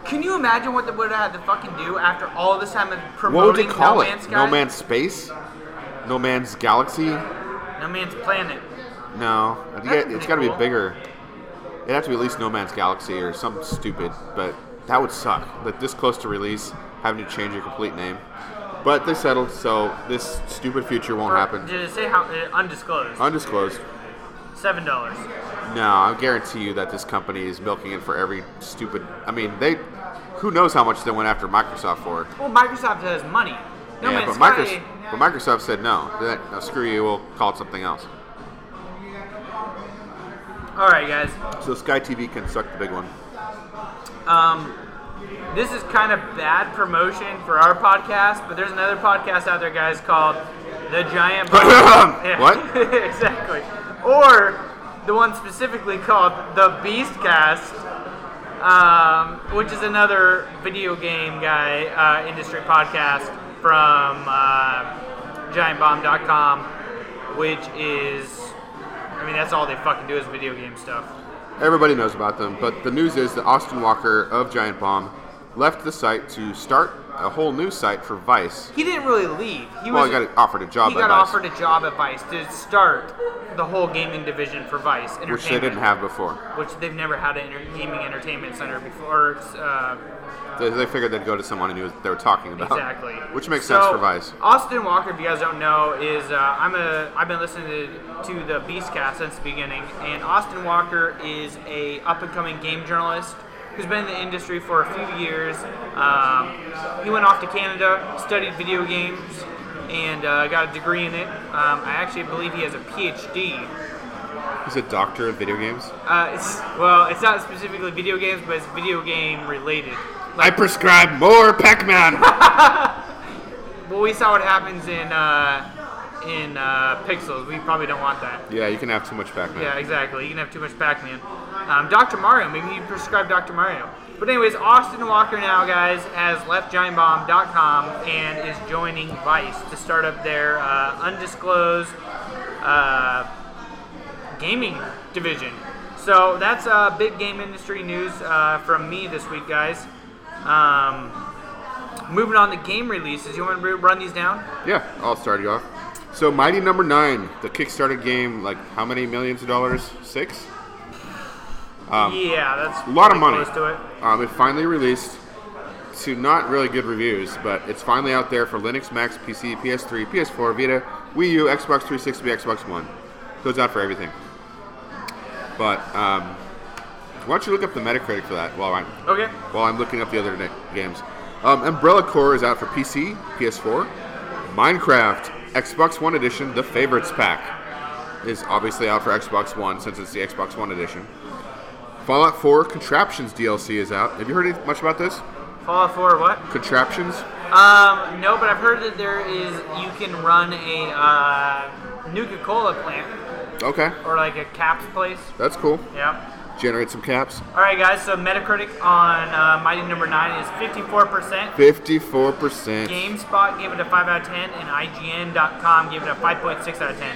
Speaker 2: Can you imagine what they would have had to fucking do after all this time of promoting
Speaker 3: What would they call
Speaker 2: No
Speaker 3: it?
Speaker 2: Man's Sky?
Speaker 3: No Man's Space. No Man's Galaxy.
Speaker 2: No Man's Planet.
Speaker 3: No, I think
Speaker 2: That'd
Speaker 3: it,
Speaker 2: be
Speaker 3: it's got to be
Speaker 2: cool.
Speaker 3: bigger. It'd have to be at least No Man's Galaxy or something stupid, but that would suck. That this close to release, having to change your complete name. But they settled, so this stupid future won't
Speaker 2: Or
Speaker 3: happen.
Speaker 2: Did it say how? Uh, undisclosed.
Speaker 3: Undisclosed.
Speaker 2: Seven dollars.
Speaker 3: No, I guarantee you that this company is milking it for every stupid. I mean, they. Who knows how much they went after Microsoft for?
Speaker 2: Well, Microsoft has money. No
Speaker 3: yeah,
Speaker 2: Man's
Speaker 3: but,
Speaker 2: Sky.
Speaker 3: Microsoft, but Microsoft said no. They're like, no. Screw you. We'll call it something else.
Speaker 2: all right, guys.
Speaker 3: So Sky TV can suck the big one.
Speaker 2: this is kind of bad promotion for our podcast, but there's another podcast out there, guys, called The Giant. Bomb. Yeah. (laughs)
Speaker 3: What?
Speaker 2: exactly. Or the one specifically called The Beastcast, um, which is another video game guy uh, industry podcast from uh, GiantBomb.com, which is, I mean, that's all they fucking do is video game stuff.
Speaker 3: Everybody knows about them, but the news is that Austin Walker of Giant Bomb left the site to start a whole new site for Vice.
Speaker 2: He didn't really leave. He
Speaker 3: Well,
Speaker 2: was
Speaker 3: he got offered a job
Speaker 2: He
Speaker 3: at
Speaker 2: got
Speaker 3: Vice.
Speaker 2: offered a job at Vice to start the whole gaming division for Vice Entertainment,
Speaker 3: Which they didn't have before.
Speaker 2: which they've never had an enter- gaming entertainment center before. Uh,
Speaker 3: They, they figured they'd go to someone who knew what they were (laughs) talking about.
Speaker 2: exactly.
Speaker 3: Which makes
Speaker 2: So,
Speaker 3: sense for Vice.
Speaker 2: Austin Walker, if you guys don't know, is uh, I'm a I've been listening to, to the Beastcast since the beginning, and Austin Walker is a up and coming game journalist who's been in the industry for a few years. Um, he went off to Canada, studied video games, and uh, got a degree in it. Um, I actually believe he has a PhD
Speaker 3: He's a doctor of video games.
Speaker 2: Uh, it's well, it's not specifically video games, but it's video game related.
Speaker 3: I prescribe
Speaker 2: (laughs)
Speaker 3: more Pac-Man.
Speaker 2: Well, we saw what happens in uh, in uh, Pixels. We probably don't want that.
Speaker 3: yeah, you can have too much Pac-Man.
Speaker 2: Yeah, exactly. You can have too much Pac-Man. Um, Dr. Mario. Maybe you prescribe Dr. Mario. But anyways, Austin Walker now, guys, has left giantbomb.com and is joining Vice to start up their uh, undisclosed uh, gaming division. So that's uh, big game industry news uh, from me this week, guys. Um, moving on to game releases. You want me to run these down?
Speaker 3: Yeah, I'll start you off. So Mighty Number Nine, the Kickstarter game, like how many millions of dollars? Six.
Speaker 2: yeah, that's
Speaker 3: Um, A lot of
Speaker 2: pretty
Speaker 3: money.
Speaker 2: Close to it.
Speaker 3: Um, it finally released to not really good reviews, but it's finally out there for Linux, Macs, PC, PS3, PS4, Vita, Wii U, Xbox 360, Xbox One. Goes out for everything. But um, why don't you look up the Metacritic for that while I'm
Speaker 2: Okay.
Speaker 3: while I'm looking up the other na- games. Um, Umbrella Corps is out for PC, PS4, Minecraft, Xbox One Edition, the Favorites Pack is obviously out for Xbox One since it's the Xbox One Edition. Fallout 4 Contraptions DLC is out. Have you heard any- much about this?
Speaker 2: Fallout 4, what?
Speaker 3: Contraptions?
Speaker 2: Um, no, but I've heard that there is you can run a uh, Nuka-Cola plant
Speaker 3: Okay,
Speaker 2: or like a caps place.
Speaker 3: that's cool.
Speaker 2: Yeah.
Speaker 3: Generate some caps.
Speaker 2: All right, guys. So Metacritic on uh, Mighty Number Nine is 54%.
Speaker 3: 54%.
Speaker 2: GameSpot gave it a 5 out of 10, and IGN.com gave it a 5.6 out of 10.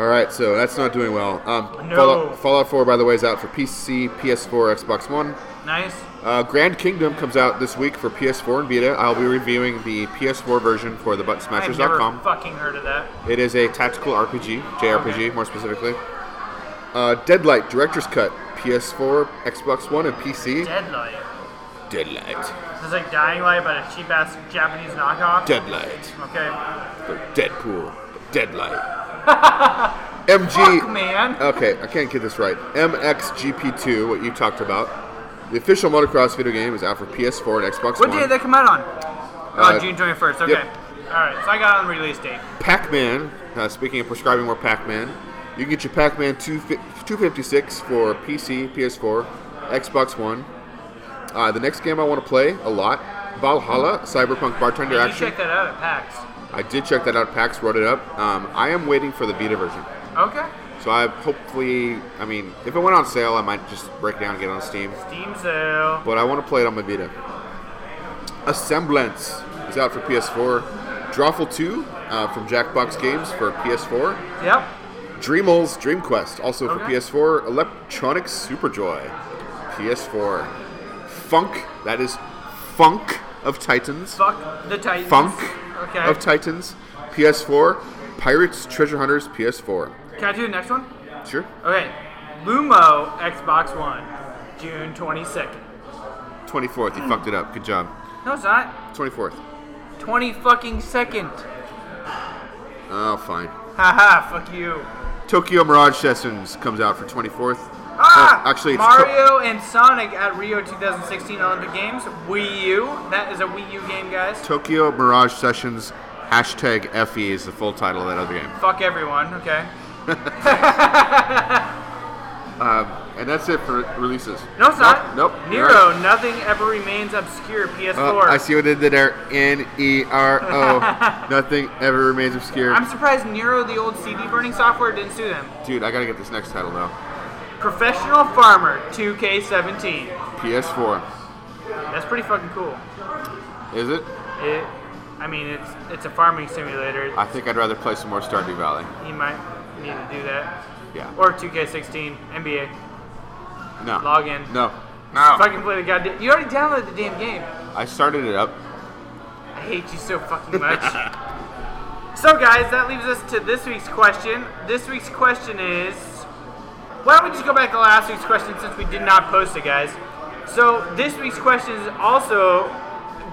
Speaker 3: All right, so that's not doing well. Um,
Speaker 2: No.
Speaker 3: Fallout, Fallout 4, by the way, is out for PC, PS4, Xbox One.
Speaker 2: Nice.
Speaker 3: Uh, Grand Kingdom comes out this week for PS4 and Vita. I'll be reviewing the PS4 version for the
Speaker 2: I've never
Speaker 3: buttsmashers.com.
Speaker 2: fucking heard of that.
Speaker 3: It is a tactical RPG, JRPG more specifically. Uh, Deadlight Director's Cut, PS4, Xbox One, and PC.
Speaker 2: Deadlight.
Speaker 3: Deadlight.
Speaker 2: It's like Dying Light, but a cheap ass Japanese knockoff.
Speaker 3: Deadlight.
Speaker 2: okay.
Speaker 3: Or Deadpool.
Speaker 2: (laughs)
Speaker 3: Deadlight. MG.
Speaker 2: Fuck, man.
Speaker 3: Okay, I can't get this right. MXGP2, what you talked about. The official motocross video game is out for PS4 and Xbox
Speaker 2: What
Speaker 3: One.
Speaker 2: day did that come out on?
Speaker 3: Uh,
Speaker 2: oh, June 21st. Okay.
Speaker 3: yep.
Speaker 2: All right. So I got it on release date.
Speaker 3: Pac-Man. Uh, speaking of prescribing more Pac-Man, you can get your Pac-Man 2 fi- 256 for PC, PS4, Xbox One. Uh, the next game I want to play a lot, Valhalla, Cyberpunk Bartender
Speaker 2: Did you
Speaker 3: Action.
Speaker 2: check that out at PAX?
Speaker 3: I did check that out. PAX wrote it up. Um, I am waiting for the Vita version.
Speaker 2: Okay.
Speaker 3: So I hopefully, I mean, if it went on sale, I might just break it down and get it on Steam.
Speaker 2: Steam sale.
Speaker 3: But I want to play it on my Vita. A Semblance is out for PS4. Drawful 2 uh, from Jackbox Games for PS4.
Speaker 2: Yep.
Speaker 3: Dreamals Dream Quest, also for
Speaker 2: Okay.
Speaker 3: PS4. Electronic Superjoy, PS4. Funk, that is Funk of Titans.
Speaker 2: Fuck the Titans.
Speaker 3: Funk
Speaker 2: Okay.
Speaker 3: of Titans, PS4. Pirates Treasure Hunters, PS4.
Speaker 2: Can I do the next one?
Speaker 3: Sure.
Speaker 2: Okay. Lumo Xbox One, June 22nd.
Speaker 3: 24th, you fucked it up. Good job.
Speaker 2: No, it's not.
Speaker 3: 24th.
Speaker 2: 20 fucking second.
Speaker 3: Oh, fine.
Speaker 2: Haha, fuck you.
Speaker 3: Tokyo Mirage Sessions comes out for 24th.
Speaker 2: Ah!
Speaker 3: Oh, actually, it's to-
Speaker 2: Mario and Sonic at Rio 2016 Olympic Games. Wii U. That is a Wii U game, guys.
Speaker 3: Tokyo Mirage Sessions hashtag FE is the full title of that other game.
Speaker 2: Fuck everyone. Okay.
Speaker 3: And that's it for releases.
Speaker 2: No, it's not.
Speaker 3: Nope. nope, you're
Speaker 2: Nero.
Speaker 3: right.
Speaker 2: Nothing ever remains obscure.
Speaker 3: Oh,
Speaker 2: PS4.
Speaker 3: I see what they did there. N E R
Speaker 2: (laughs)
Speaker 3: O. Nothing ever remains obscure.
Speaker 2: I'm surprised Nero, the old CD burning software, didn't sue them.
Speaker 3: Dude, I gotta get this next title though.
Speaker 2: Professional Farmer 2K17.
Speaker 3: PS4.
Speaker 2: That's pretty fucking cool.
Speaker 3: Is it?
Speaker 2: It, I mean, it's it's a farming simulator.
Speaker 3: I think I'd rather play some more Stardew Valley.
Speaker 2: You might need to do that.
Speaker 3: Yeah.
Speaker 2: Or 2K16 NBA.
Speaker 3: No.
Speaker 2: log in.
Speaker 3: No. No.
Speaker 2: Fucking play the goddamn. You already downloaded the damn game.
Speaker 3: I started it up.
Speaker 2: I hate you so fucking (laughs) much. so, guys, that leaves us to this week's question. This week's question is why don't we just go back to last week's question since we did not post it, guys? So, this week's question is also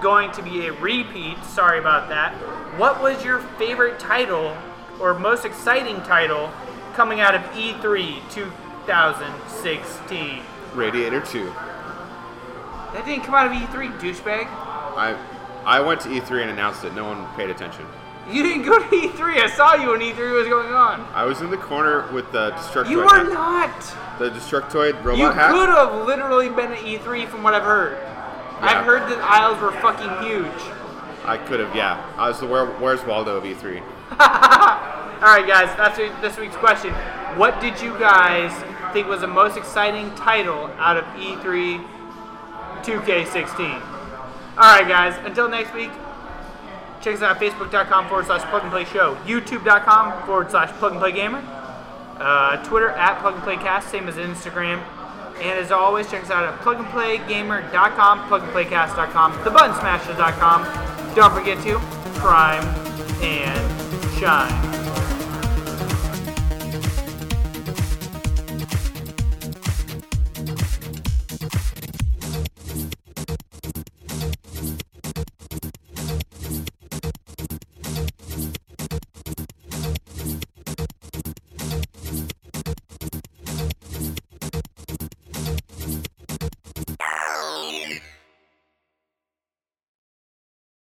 Speaker 2: going to be a repeat. Sorry about that. What was your favorite title or most exciting title coming out of E E3 2016?
Speaker 3: Radiator 2.
Speaker 2: That didn't come out of E3, E douchebag.
Speaker 3: E I I went to E3 and announced it. No one paid attention.
Speaker 2: You didn't go to E3. I saw you when E3 was going on.
Speaker 3: I was in the corner with the Destructoid.
Speaker 2: You were
Speaker 3: hat.
Speaker 2: not.
Speaker 3: The Destructoid robot
Speaker 2: You
Speaker 3: hat.
Speaker 2: could have literally been at E3 from what I've heard.
Speaker 3: Yeah.
Speaker 2: I've heard that aisles were fucking huge.
Speaker 3: I could have, yeah. I was the Where, Where's Waldo of E E3.
Speaker 2: All right, guys, that's it- this week's question. What did you guys think was the most exciting title out of E E3 2K16? All right, guys, until next week, check us out at facebook.com forward slash plug and play show, youtube.com forward slash plug and play gamer, uh, Twitter at plug and play cast, same as Instagram. And as always, check us out at plugandplaygamer.com, plugandplaycast.com, thebuttonsmashers.com. Don't forget to prime and shine.